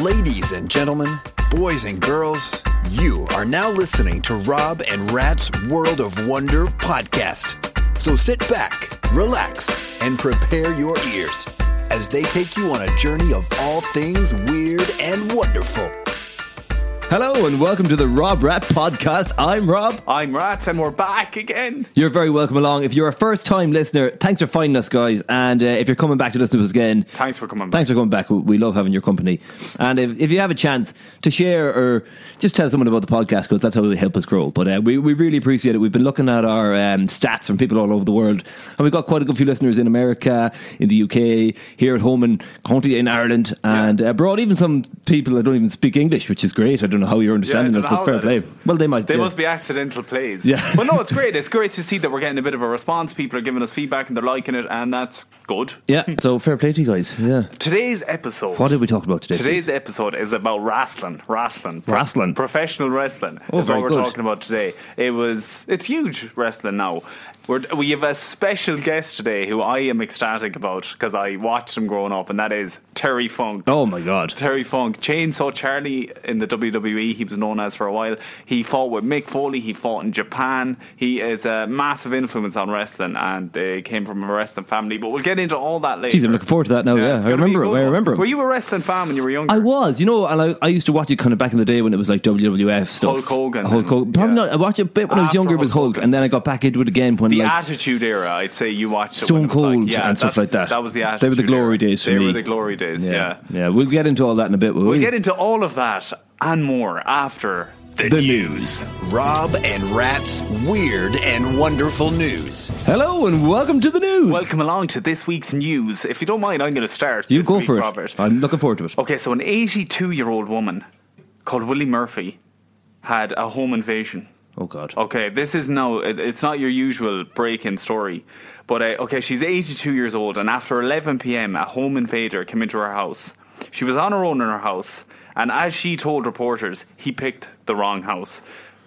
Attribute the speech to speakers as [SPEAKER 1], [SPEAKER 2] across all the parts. [SPEAKER 1] Ladies and gentlemen, boys and girls, you are now listening to Rob and Rat's World of Wonder podcast. So sit back, relax, and prepare your ears as they take you on a journey of all things weird and wonderful.
[SPEAKER 2] Hello and welcome to the Rob Rat Podcast. I'm Rob.
[SPEAKER 3] I'm Rats, and we're back again.
[SPEAKER 2] You're very welcome along. If you're a first time listener, thanks for finding us, guys. And uh, if you're coming back to listen to us again,
[SPEAKER 3] Thanks for coming back.
[SPEAKER 2] thanks for coming back. We- We love having your company. And if, if you have a chance to share or just tell someone about the podcast, because that's how it help us grow. But uh, we, we really appreciate it. We've been looking at our um, stats from people all over the world. And we've got quite a good few listeners in America, in the UK, here at home in County in Ireland, and abroad. Even some people that don't even speak English, which is great. I don't know how you're understanding
[SPEAKER 3] don't
[SPEAKER 2] us, but
[SPEAKER 3] know how
[SPEAKER 2] fair
[SPEAKER 3] that
[SPEAKER 2] play.
[SPEAKER 3] is.
[SPEAKER 2] Well, they might.
[SPEAKER 3] They
[SPEAKER 2] yeah.
[SPEAKER 3] must be accidental plays.
[SPEAKER 2] Yeah.
[SPEAKER 3] But no, it's great. It's great to see that we're getting a bit of a response. People are giving us feedback and they're liking it, and that's good.
[SPEAKER 2] Yeah, so fair play to you guys. Yeah.
[SPEAKER 3] Today's episode.
[SPEAKER 2] What did we talk about today?
[SPEAKER 3] Today's episode is about wrestling. Wrestling.
[SPEAKER 2] Wrestling.
[SPEAKER 3] Professional wrestling
[SPEAKER 2] Oh,
[SPEAKER 3] is what
[SPEAKER 2] very
[SPEAKER 3] we're
[SPEAKER 2] good.
[SPEAKER 3] talking about today. It was it's huge wrestling now. We're, we have a special guest today who I am ecstatic about because I watched him growing up, and that is Terry Funk.
[SPEAKER 2] Oh my god.
[SPEAKER 3] Terry Funk, Chainsaw Charlie in the WWE, he was known as for a while. He fought with Mick Foley, he fought in Japan. He is a massive influence on wrestling and uh, came from a wrestling family. But we'll get into all that later.
[SPEAKER 2] Jeez, I'm looking forward to that now. Yeah,
[SPEAKER 3] it's
[SPEAKER 2] I
[SPEAKER 3] gonna be
[SPEAKER 2] remember
[SPEAKER 3] a
[SPEAKER 2] him.
[SPEAKER 3] good
[SPEAKER 2] I
[SPEAKER 3] one.
[SPEAKER 2] remember
[SPEAKER 3] Were
[SPEAKER 2] him.
[SPEAKER 3] you a wrestling fan when you were younger?
[SPEAKER 2] I was, you know, and I, I used to watch it kind of back in the day when it was like WWF stuff.
[SPEAKER 3] Hulk Hogan
[SPEAKER 2] Hulk
[SPEAKER 3] and-
[SPEAKER 2] Hogan. Probably
[SPEAKER 3] yeah.
[SPEAKER 2] not. I watched it a bit when I was
[SPEAKER 3] After
[SPEAKER 2] younger with
[SPEAKER 3] Hulk
[SPEAKER 2] Hulk,
[SPEAKER 3] Hogan.
[SPEAKER 2] and then I got back into it again when
[SPEAKER 3] the
[SPEAKER 2] like
[SPEAKER 3] Attitude Era, I'd say you watched it
[SPEAKER 2] Stone
[SPEAKER 3] when it was like-
[SPEAKER 2] Cold
[SPEAKER 3] yeah,
[SPEAKER 2] and stuff like
[SPEAKER 3] that's-
[SPEAKER 2] that.
[SPEAKER 3] That was the Attitude
[SPEAKER 2] They were the glory
[SPEAKER 3] Era.
[SPEAKER 2] days for
[SPEAKER 3] They
[SPEAKER 2] me.
[SPEAKER 3] were the glory days,
[SPEAKER 2] yeah.
[SPEAKER 3] yeah.
[SPEAKER 2] Yeah, we'll get into all that in a bit. Will
[SPEAKER 3] We'll
[SPEAKER 2] we?
[SPEAKER 3] get into all of that and more after the,
[SPEAKER 2] The
[SPEAKER 3] news.
[SPEAKER 1] Rob and Rat's Weird and Wonderful News.
[SPEAKER 2] Hello and welcome to the news.
[SPEAKER 3] Welcome along to this week's news. If you don't mind, I'm going to start.
[SPEAKER 2] you
[SPEAKER 3] this
[SPEAKER 2] go
[SPEAKER 3] week,
[SPEAKER 2] for it.
[SPEAKER 3] Robert.
[SPEAKER 2] I'm looking forward to it.
[SPEAKER 3] Okay, so an 82 year old woman called Willie Murphy had a home invasion.
[SPEAKER 2] Oh god.
[SPEAKER 3] Okay, this is no, it- it's not your usual break in story. But uh, okay, she's 82 years old, and after 11 pm, a home invader came into her house. She was on her own in her house, and as she told reporters, he picked the wrong house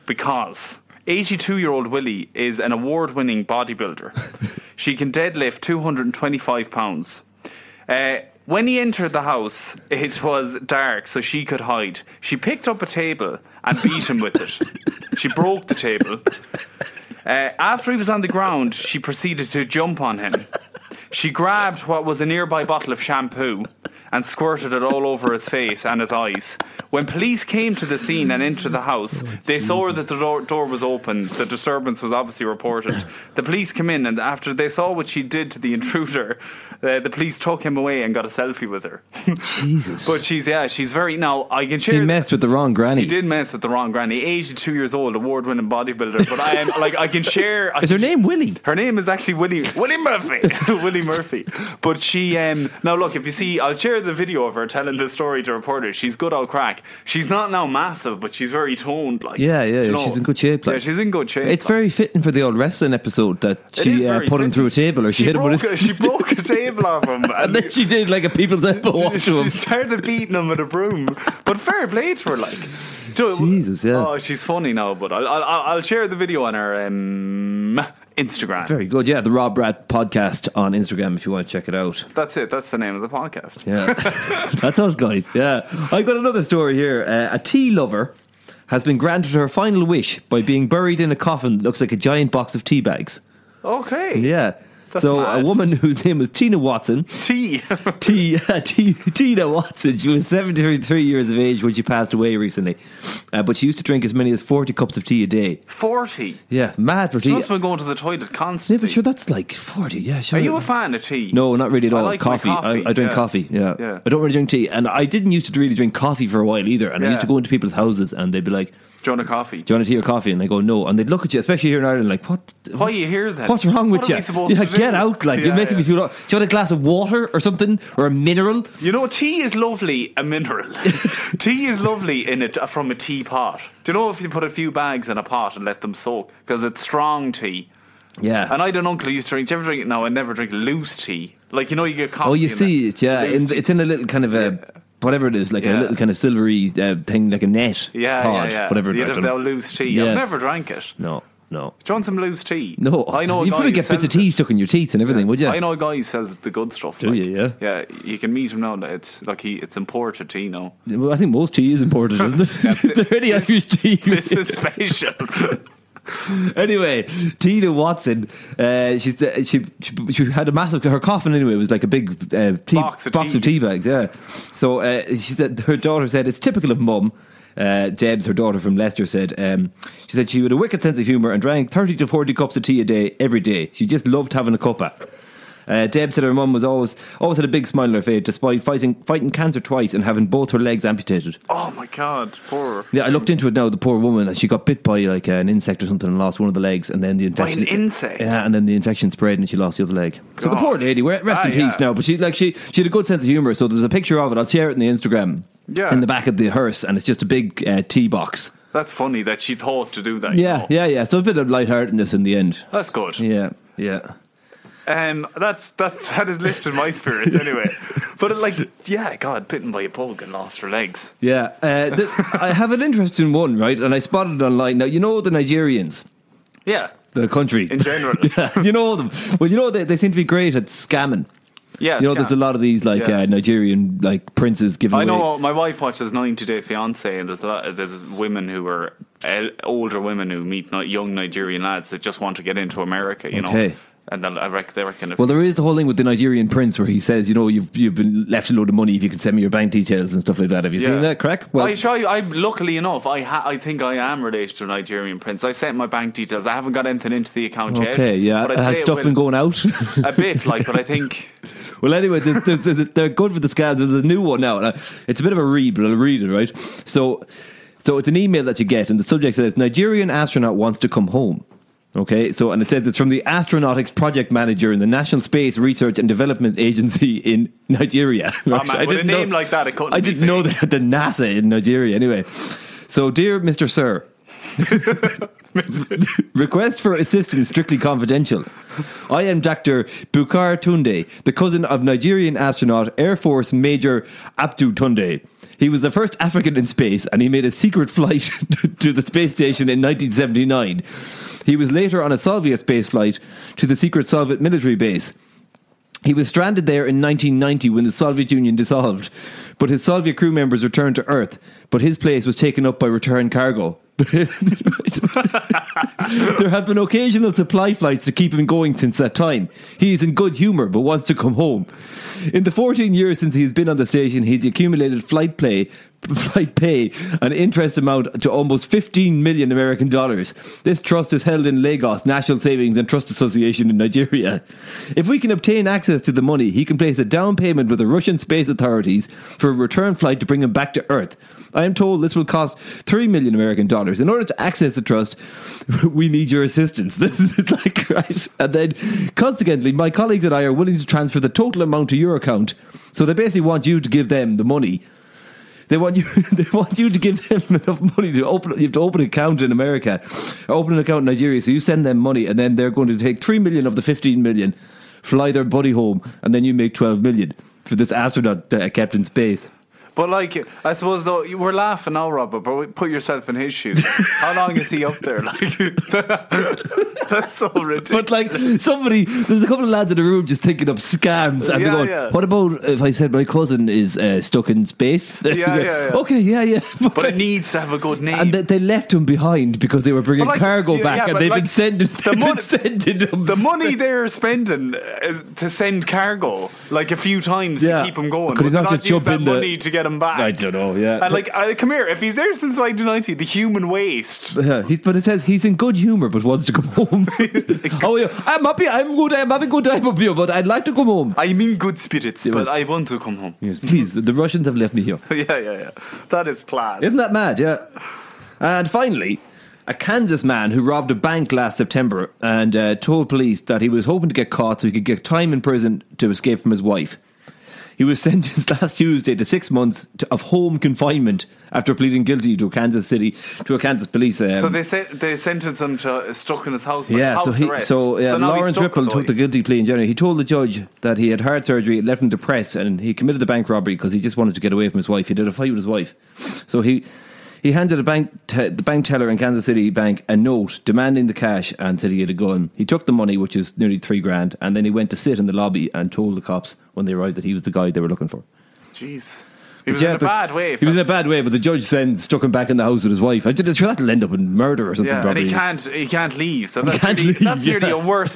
[SPEAKER 3] because 82 year old Willie is an award winning bodybuilder. she can deadlift 225 pounds. Uh, when he entered the house, it was dark, so she could hide. She picked up a table and beat him with it. She broke the table. Uh, after he was on the ground, she proceeded to jump on him. She grabbed what was a nearby bottle of shampoo and squirted it all over his face and his eyes. When police came to the scene and entered the house,
[SPEAKER 2] Oh,
[SPEAKER 3] they saw that the door, door was open. The disturbance was obviously reported. The police came in, and after they saw what she did to the intruder, uh, the police took him away and got a selfie with her.
[SPEAKER 2] Jesus.
[SPEAKER 3] But she's, yeah, she's very. Now, I
[SPEAKER 2] he
[SPEAKER 3] can share.
[SPEAKER 2] messed with the wrong granny.
[SPEAKER 3] He did mess with the wrong granny. 82 years old, award winning bodybuilder. But I am, like, I can share. I
[SPEAKER 2] Is her name Willie?
[SPEAKER 3] her name is actually Willie Willie Murphy. Willie Murphy. But she um now look if you see I'll share the video of her telling the story to reporters. She's good old crack. She's not now massive, but she's very toned like
[SPEAKER 2] Yeah, yeah,
[SPEAKER 3] you
[SPEAKER 2] yeah, she's in good shape, like.
[SPEAKER 3] Yeah, she's in good shape.
[SPEAKER 2] It's very fitting for the old wrestling episode that
[SPEAKER 3] It is
[SPEAKER 2] she uh,
[SPEAKER 3] very
[SPEAKER 2] put him
[SPEAKER 3] fitting.
[SPEAKER 2] through a table or she, hit him
[SPEAKER 3] broke
[SPEAKER 2] with
[SPEAKER 3] a,
[SPEAKER 2] it.
[SPEAKER 3] she broke a table off him
[SPEAKER 2] And then she did like a people's elbow walk to
[SPEAKER 3] she
[SPEAKER 2] him.
[SPEAKER 3] started beating him with a broom. But fair play to her, like. Do it-
[SPEAKER 2] Jesus, yeah.
[SPEAKER 3] Oh, she's funny now, but I'll, I'll, I'll share the video on her um, Instagram.
[SPEAKER 2] Very good. Yeah, the Rob Rat podcast on Instagram if you want to check it out.
[SPEAKER 3] That's it. That's the name of the podcast.
[SPEAKER 2] Yeah. That's us, guys. Yeah. I've got another story here. Uh, a tea lover has been granted her final wish by being buried in a coffin that looks like a giant box of tea bags.
[SPEAKER 3] Okay.
[SPEAKER 2] Yeah.
[SPEAKER 3] That's
[SPEAKER 2] so a
[SPEAKER 3] mad.
[SPEAKER 2] woman whose name was Tina Watson,
[SPEAKER 3] Tea.
[SPEAKER 2] T, uh, T, Tina Watson, she was 73 years of age when she passed away recently, uh, but she used to drink as many as 40 cups of tea a day.
[SPEAKER 3] 40.
[SPEAKER 2] Yeah, mad for
[SPEAKER 3] She
[SPEAKER 2] tea.
[SPEAKER 3] must have been going to the toilet
[SPEAKER 2] Yeah,
[SPEAKER 3] constantly.
[SPEAKER 2] but sure, that's like 40. Yeah, sure.
[SPEAKER 3] Are you a fan of tea?
[SPEAKER 2] No, not really at
[SPEAKER 3] I
[SPEAKER 2] all.
[SPEAKER 3] like my
[SPEAKER 2] coffee.
[SPEAKER 3] coffee,
[SPEAKER 2] I, I drink
[SPEAKER 3] yeah.
[SPEAKER 2] coffee. Yeah.
[SPEAKER 3] Yeah.
[SPEAKER 2] I don't really drink tea, and I didn't used to really drink coffee for a while either. And I used
[SPEAKER 3] Yeah.
[SPEAKER 2] to go into people's houses, and they'd be like,
[SPEAKER 3] Do you want a coffee?
[SPEAKER 2] "Do you want a tea or coffee?" And they go, "No," and they'd look at you, especially here in Ireland, like, "What?
[SPEAKER 3] Why are
[SPEAKER 2] what's-
[SPEAKER 3] you here then?
[SPEAKER 2] What's wrong with
[SPEAKER 3] What are
[SPEAKER 2] you?
[SPEAKER 3] we supposed
[SPEAKER 2] yeah,
[SPEAKER 3] to do?"
[SPEAKER 2] get out! Like you're
[SPEAKER 3] Yeah,
[SPEAKER 2] making me feel.
[SPEAKER 3] yeah.
[SPEAKER 2] Do you want a glass of water or something or a mineral?
[SPEAKER 3] You know, tea is lovely, a mineral. tea is lovely in it from a teapot. Do you know if you put a few bags in a pot and let them soak? Because it's strong tea.
[SPEAKER 2] Yeah.
[SPEAKER 3] And I had an uncle who used to drink, do you ever drink it? No, I never drink loose tea. Like, you know, you get coffee.
[SPEAKER 2] oh, you
[SPEAKER 3] in
[SPEAKER 2] see
[SPEAKER 3] it.
[SPEAKER 2] it? Yeah,
[SPEAKER 3] Loose
[SPEAKER 2] in,
[SPEAKER 3] tea.
[SPEAKER 2] it's in a little kind of a. Whatever it is, like a
[SPEAKER 3] Yeah.
[SPEAKER 2] little kind of silvery uh, thing, like a net
[SPEAKER 3] yeah,
[SPEAKER 2] pod,
[SPEAKER 3] yeah, yeah.
[SPEAKER 2] whatever.
[SPEAKER 3] You'd
[SPEAKER 2] I
[SPEAKER 3] have
[SPEAKER 2] don't
[SPEAKER 3] that
[SPEAKER 2] know.
[SPEAKER 3] loose tea.
[SPEAKER 2] Yeah.
[SPEAKER 3] I've never drank it.
[SPEAKER 2] No, no.
[SPEAKER 3] Johnson Blues tea.
[SPEAKER 2] No,
[SPEAKER 3] I know. A
[SPEAKER 2] You'd
[SPEAKER 3] guy
[SPEAKER 2] probably
[SPEAKER 3] who
[SPEAKER 2] get bits of
[SPEAKER 3] sells
[SPEAKER 2] tea
[SPEAKER 3] it.
[SPEAKER 2] stuck in your teeth and everything, would you?
[SPEAKER 3] I know a guy who sells the good stuff.
[SPEAKER 2] Do
[SPEAKER 3] like,
[SPEAKER 2] you, yeah?
[SPEAKER 3] yeah. You can meet him now. It's like he, it's imported tea now.
[SPEAKER 2] Well, I think most tea is imported, isn't it? is there any Irish tea?
[SPEAKER 3] This is special.
[SPEAKER 2] anyway, Tina Watson, uh, she's, uh, she, she she had a massive her coffin anyway was like a big uh, tea,
[SPEAKER 3] Box of tea.
[SPEAKER 2] of tea bags. Yeah, so uh, she said her daughter said it's typical of mum. Uh, Debs, her daughter from Leicester, said um, she said she had a wicked sense of humour and drank thirty to forty cups of tea a day every day. She just loved having a cuppa. Uh, Deb said her mum was always always had a big smile on her face despite fighting fighting cancer twice and having both her legs amputated.
[SPEAKER 3] oh my god, poor.
[SPEAKER 2] Yeah, I looked into it now. The poor woman, she got bit by like an insect or something and lost one of the legs, and then the
[SPEAKER 3] By
[SPEAKER 2] infection.
[SPEAKER 3] an insect?
[SPEAKER 2] Yeah, and then the infection spread, and she lost the other leg. So the
[SPEAKER 3] God.
[SPEAKER 2] poor lady, we're- rest
[SPEAKER 3] Ah,
[SPEAKER 2] in peace
[SPEAKER 3] yeah.
[SPEAKER 2] now. But she like she she had a good sense of humor. So there's a picture of it. I'll share it in the Instagram.
[SPEAKER 3] Yeah. Oh.
[SPEAKER 2] In the back of the hearse, and it's just a big uh, tea box.
[SPEAKER 3] That's funny that she thought to do that. you
[SPEAKER 2] Yeah,
[SPEAKER 3] know.
[SPEAKER 2] yeah, yeah. So a bit of lightheartedness in the end.
[SPEAKER 3] That's good.
[SPEAKER 2] Yeah, yeah.
[SPEAKER 3] Um, that's that's that has lifted my spirits anyway. But it, like, yeah, God, bitten by a bug and lost her legs.
[SPEAKER 2] Yeah, uh, th- I have an interesting one, right? And I spotted it online. Now you know the Nigerians,
[SPEAKER 3] Yeah,
[SPEAKER 2] the country
[SPEAKER 3] in general.
[SPEAKER 2] you know them. Well, you know they, they seem to be great at scamming.
[SPEAKER 3] Yeah,
[SPEAKER 2] you know, there's a
[SPEAKER 3] scam.
[SPEAKER 2] lot of these like
[SPEAKER 3] Yeah.
[SPEAKER 2] uh, Nigerian like princes giving.
[SPEAKER 3] I
[SPEAKER 2] away-
[SPEAKER 3] know my wife watches 90 Day Fiance, and there's a lot, there's women who are el- older women who meet ni- young Nigerian lads that just want to get into America, you know.
[SPEAKER 2] Okay.
[SPEAKER 3] And then I reckon they reckon if
[SPEAKER 2] Well, there is the whole thing with the Nigerian prince where he says, you know, you've you've been left a load of money if you can send me your bank details and stuff like that. Have you seen that? Crack.
[SPEAKER 3] I try. I luckily enough, I ha- I think I am related to a Nigerian prince. I sent my bank details. I haven't got anything into the account yet.
[SPEAKER 2] okay, yeah.
[SPEAKER 3] but I'd
[SPEAKER 2] Has
[SPEAKER 3] say it
[SPEAKER 2] stuff
[SPEAKER 3] will-
[SPEAKER 2] been going out?
[SPEAKER 3] a bit? Like, but I think
[SPEAKER 2] well, anyway, there's, there's, there's- they're good for the scams. There's a new one now. and I- It's a bit of a read, but I'll read it right. So, so it's an email that you get, and the subject says Nigerian astronaut wants to come home. Okay, so and it says it's from the astronautics project manager in the National Space Research and Development Agency in Nigeria. Right,
[SPEAKER 3] Oh, man,
[SPEAKER 2] I
[SPEAKER 3] with a
[SPEAKER 2] didn't know-
[SPEAKER 3] name like that, it couldn't
[SPEAKER 2] I
[SPEAKER 3] be
[SPEAKER 2] didn't know
[SPEAKER 3] fake.
[SPEAKER 2] they had the NASA in Nigeria. Anyway, so dear Mister Sir, Request for assistance strictly confidential. I am Dr. Bukar Tunde, the cousin of Nigerian astronaut Air Force Major Abdu Tunde. He was the first African in space and he made a secret flight to the space station in 1979. He was later on a Soviet space flight to the secret Soviet military base. He was stranded there in 1990 when the Soviet Union dissolved, but his Soviet crew members returned to Earth, but his place was taken up by return cargo. there have been occasional supply flights to keep him going since that time. He is in good humour but wants to come home. In the 14 years since he's been on the station, he's accumulated flight play, flight pay, an interest amount to almost 15 million American dollars. This trust is held in Lagos National Savings and Trust Association in Nigeria. If we can obtain access to the money, he can place a down payment with the Russian space authorities for a return flight to bring him back to Earth. I am told this will cost 3 million American dollars. In order to access the trust, we need your assistance. This is like, right? And then, consequently, my colleagues and I are willing to transfer the total amount to your account. So they basically want you to give them the money. They want you. They want you to give them enough money to open. You have to open an account in America, or open an account in Nigeria. So you send them money, and then they're going to take three million of the fifteen million, fly their buddy home, and then you make twelve million for this astronaut uh, kept in space.
[SPEAKER 3] But like, I suppose though you we're laughing now, Robert. But put yourself in his shoes. How long is he up there? Like, that's so ridiculous.
[SPEAKER 2] But like somebody, there's a couple of lads in the room just thinking up scams, and
[SPEAKER 3] Yeah,
[SPEAKER 2] they're going,
[SPEAKER 3] yeah.
[SPEAKER 2] "What about if I said my cousin is uh, stuck in space?"
[SPEAKER 3] yeah, yeah.
[SPEAKER 2] Okay, yeah, yeah.
[SPEAKER 3] But, it needs to have a good name.
[SPEAKER 2] and they, they left him behind because they were bringing
[SPEAKER 3] But, like,
[SPEAKER 2] cargo
[SPEAKER 3] yeah,
[SPEAKER 2] back,
[SPEAKER 3] yeah,
[SPEAKER 2] and
[SPEAKER 3] but,
[SPEAKER 2] they've been
[SPEAKER 3] like,
[SPEAKER 2] sending,
[SPEAKER 3] the
[SPEAKER 2] they've been
[SPEAKER 3] money-
[SPEAKER 2] sending them
[SPEAKER 3] the money they're spending uh, to send cargo like a few times
[SPEAKER 2] Yeah.
[SPEAKER 3] to keep him going.
[SPEAKER 2] Could he
[SPEAKER 3] Would they
[SPEAKER 2] not just
[SPEAKER 3] use
[SPEAKER 2] jump
[SPEAKER 3] that
[SPEAKER 2] in the-
[SPEAKER 3] money to get him back?
[SPEAKER 2] I don't know, yeah.
[SPEAKER 3] And like, I, come here. If he's there since 1990, the human waste.
[SPEAKER 2] Yeah, he's, but it says he's in good humor but wants to come home. oh, yeah, I'm happy. I'm good. I'm having a good time up here, but I'd like to come home.
[SPEAKER 3] I'm in good spirits, but
[SPEAKER 2] was-
[SPEAKER 3] I want to come home.
[SPEAKER 2] Yes, please, the Russians have left me here.
[SPEAKER 3] yeah, yeah, yeah. That is class.
[SPEAKER 2] Isn't that mad? Yeah. And finally, a Kansas man who robbed a bank last September and uh, told police that he was hoping to get caught so he could get time in prison to escape from his wife. He was sentenced last Tuesday to six months to, of home confinement after pleading guilty to a Kansas City to a Kansas police. Um,
[SPEAKER 3] So they said they sentenced him to stuck in his house. Like
[SPEAKER 2] yeah,
[SPEAKER 3] house
[SPEAKER 2] so he,
[SPEAKER 3] arrest.
[SPEAKER 2] so yeah,
[SPEAKER 3] now he's
[SPEAKER 2] Lawrence
[SPEAKER 3] stuck
[SPEAKER 2] Ripple
[SPEAKER 3] with
[SPEAKER 2] took the
[SPEAKER 3] Lloyd.
[SPEAKER 2] guilty plea in January. He told the judge that he had heart surgery, it left him depressed, and he committed the bank robbery because he just wanted to get away from his wife. He did a fight with his wife, so he He handed a bank te- the bank teller in Kansas City Bank a note demanding the cash and said he had a gun. He took the money, which is nearly three grand, and then he went to sit in the lobby and told the cops when they arrived that he was the guy they were looking for.
[SPEAKER 3] Jeez. He was
[SPEAKER 2] Yeah,
[SPEAKER 3] in a
[SPEAKER 2] but-
[SPEAKER 3] bad way.
[SPEAKER 2] He was in a bad way, but the judge then stuck him back in the house with his wife. I just sure that'll end up in murder or something.
[SPEAKER 3] yeah, and
[SPEAKER 2] probably.
[SPEAKER 3] he can't he can't leave. So that's
[SPEAKER 2] can't
[SPEAKER 3] really,
[SPEAKER 2] leave,
[SPEAKER 3] that's nearly
[SPEAKER 2] yeah.
[SPEAKER 3] a worse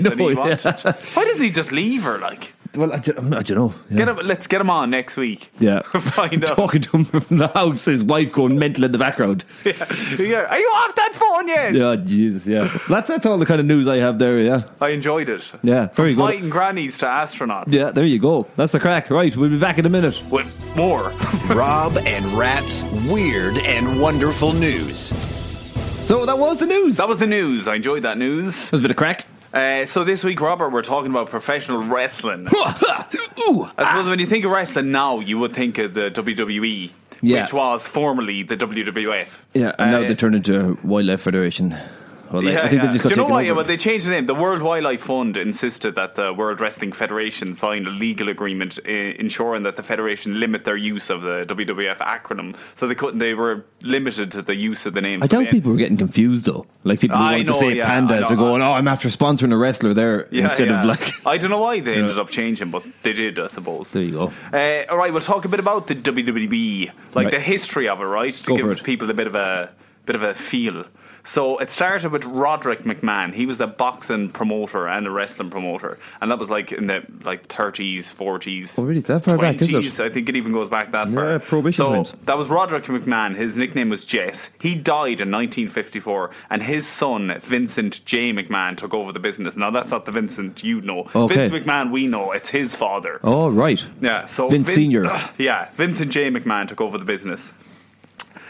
[SPEAKER 2] I
[SPEAKER 3] than he
[SPEAKER 2] know, yeah.
[SPEAKER 3] wanted. Why doesn't he just leave her? Like,
[SPEAKER 2] Well, I, ju- I don't know. Yeah.
[SPEAKER 3] get him, let's get him on next week.
[SPEAKER 2] Yeah.
[SPEAKER 3] Find out.
[SPEAKER 2] Talking to him from the house, his wife going mental in the background.
[SPEAKER 3] Yeah. Are you off that phone yet?
[SPEAKER 2] Yeah, Jesus, yeah. That's that's all the kind of news I have there. Yeah,
[SPEAKER 3] I enjoyed it.
[SPEAKER 2] yeah, very good.
[SPEAKER 3] Fighting grannies to astronauts
[SPEAKER 2] Yeah, there you go. That's the crack. Right, we'll be back in a minute.
[SPEAKER 3] with more.
[SPEAKER 1] Rob and Rat's weird and wonderful news.
[SPEAKER 2] So that was the news. That
[SPEAKER 3] that was the news. I enjoyed that news.
[SPEAKER 2] was a bit of crack.
[SPEAKER 3] Uh, so this week, Robert, we're talking about professional wrestling.
[SPEAKER 2] Ooh.
[SPEAKER 3] I suppose when you think of wrestling now, you would think of the WWE,
[SPEAKER 2] Yeah.
[SPEAKER 3] which was formerly the WWF.
[SPEAKER 2] Yeah, and now
[SPEAKER 3] Uh,
[SPEAKER 2] they turned into Wildlife Federation. Well, I- I think they just got
[SPEAKER 3] Do you know
[SPEAKER 2] taken
[SPEAKER 3] why?
[SPEAKER 2] over.
[SPEAKER 3] Well, they changed the name. The World Wildlife Fund insisted that the World Wrestling Federation signed a legal agreement uh, ensuring that the federation limit their use of the WWF acronym, so they couldn't. They were limited to the use of the name.
[SPEAKER 2] I
[SPEAKER 3] So
[SPEAKER 2] doubt
[SPEAKER 3] they-
[SPEAKER 2] people were getting confused though. Like people who
[SPEAKER 3] I
[SPEAKER 2] wanted to
[SPEAKER 3] know,
[SPEAKER 2] say
[SPEAKER 3] yeah, I
[SPEAKER 2] pandas
[SPEAKER 3] know.
[SPEAKER 2] were going, "Oh, I'm after sponsoring a wrestler there
[SPEAKER 3] Yeah,
[SPEAKER 2] instead
[SPEAKER 3] yeah.
[SPEAKER 2] of like."
[SPEAKER 3] I don't know why they ended up changing, but they did, I suppose.
[SPEAKER 2] There you go.
[SPEAKER 3] Uh, all right, we'll talk a bit about the WWE, like
[SPEAKER 2] Right.
[SPEAKER 3] the history of it, right? To
[SPEAKER 2] Go
[SPEAKER 3] give
[SPEAKER 2] for it.
[SPEAKER 3] people a bit of a bit of a feel. So it started with Roderick McMahon. He was a boxing promoter and a wrestling promoter, and that was like in the like thirties, forties.
[SPEAKER 2] Oh, really? It's that far back, is it?
[SPEAKER 3] I think it even goes back that far.
[SPEAKER 2] Yeah, Prohibition
[SPEAKER 3] So
[SPEAKER 2] times.
[SPEAKER 3] that was Roderick McMahon. His nickname was Jess. He died in 1954, and his son Vincent J. McMahon took over the business. Now that's not the Vincent you know.
[SPEAKER 2] Okay.
[SPEAKER 3] Vince McMahon we know. It's his father.
[SPEAKER 2] Oh right.
[SPEAKER 3] Yeah, so
[SPEAKER 2] Vince Senior.
[SPEAKER 3] Yeah, Vincent J. McMahon took over the business.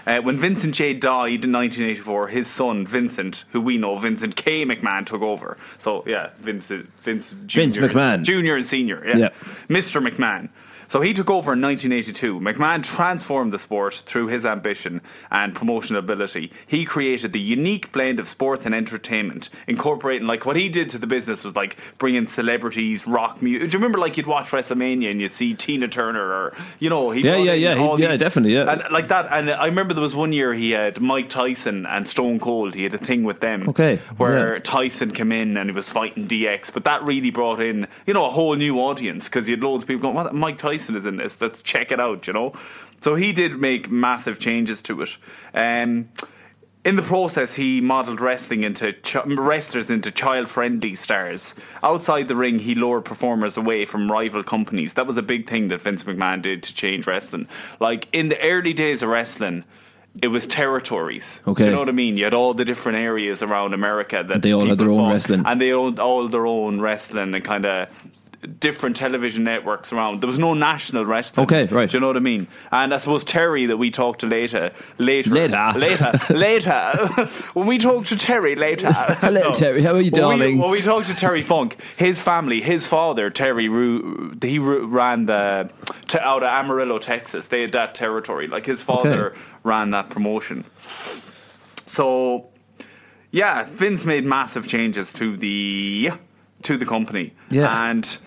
[SPEAKER 3] Uh, when Vincent J. died in 1984, his son Vincent, who we know Vincent K. McMahon, took over. So yeah, Vincent, Vincent Jr.
[SPEAKER 2] Vince McMahon.
[SPEAKER 3] Junior and senior. Yeah.
[SPEAKER 2] Yeah.
[SPEAKER 3] Mr. McMahon. So he took over in 1982. McMahon transformed the sport through his ambition and promotional ability. He created the unique blend of sports and entertainment, incorporating like what he did to the business was like bringing celebrities, rock music. Do you remember like you'd watch WrestleMania and you'd see Tina Turner or you know he
[SPEAKER 2] Yeah, yeah, yeah. He- yeah, definitely, yeah.
[SPEAKER 3] and like that. And I remember there was one year he had Mike Tyson and Stone Cold. He had a thing with them.
[SPEAKER 2] Okay,
[SPEAKER 3] where
[SPEAKER 2] yeah.
[SPEAKER 3] Tyson came in and he was fighting DX, but that really brought in you know a whole new audience because you had loads of people going, "What? Mike Tyson is in this? Let's check it out," you know. So he did make massive changes to it. Um, in the process, he modelled wrestling into ch- wrestlers into child-friendly stars. Outside the ring, he lured performers away from rival companies. That was a big thing that Vince McMahon did to change wrestling. Like in the early days of wrestling, it was territories. Do
[SPEAKER 2] Okay.
[SPEAKER 3] you know what I mean? You had all the different areas around America that
[SPEAKER 2] They all had
[SPEAKER 3] people
[SPEAKER 2] their own
[SPEAKER 3] fought,
[SPEAKER 2] wrestling.
[SPEAKER 3] and they owned all their own wrestling and kind of different television networks around. There was no national wrestling.
[SPEAKER 2] Okay, right.
[SPEAKER 3] Do you know what I mean? And I suppose Terry that we talked to later, later,
[SPEAKER 2] Later.
[SPEAKER 3] later, later. when we talk to Terry later,
[SPEAKER 2] Hello, Terry. How are you,
[SPEAKER 3] When we,
[SPEAKER 2] darling?
[SPEAKER 3] when we talk to Terry Funk, his family, his father, Terry, Ru- he ru- ran the to, out of Amarillo, Texas. They had that territory. Like his father
[SPEAKER 2] Okay.
[SPEAKER 3] ran that promotion. So, yeah, Vince made massive changes to the to the company.
[SPEAKER 2] Yeah.
[SPEAKER 3] and.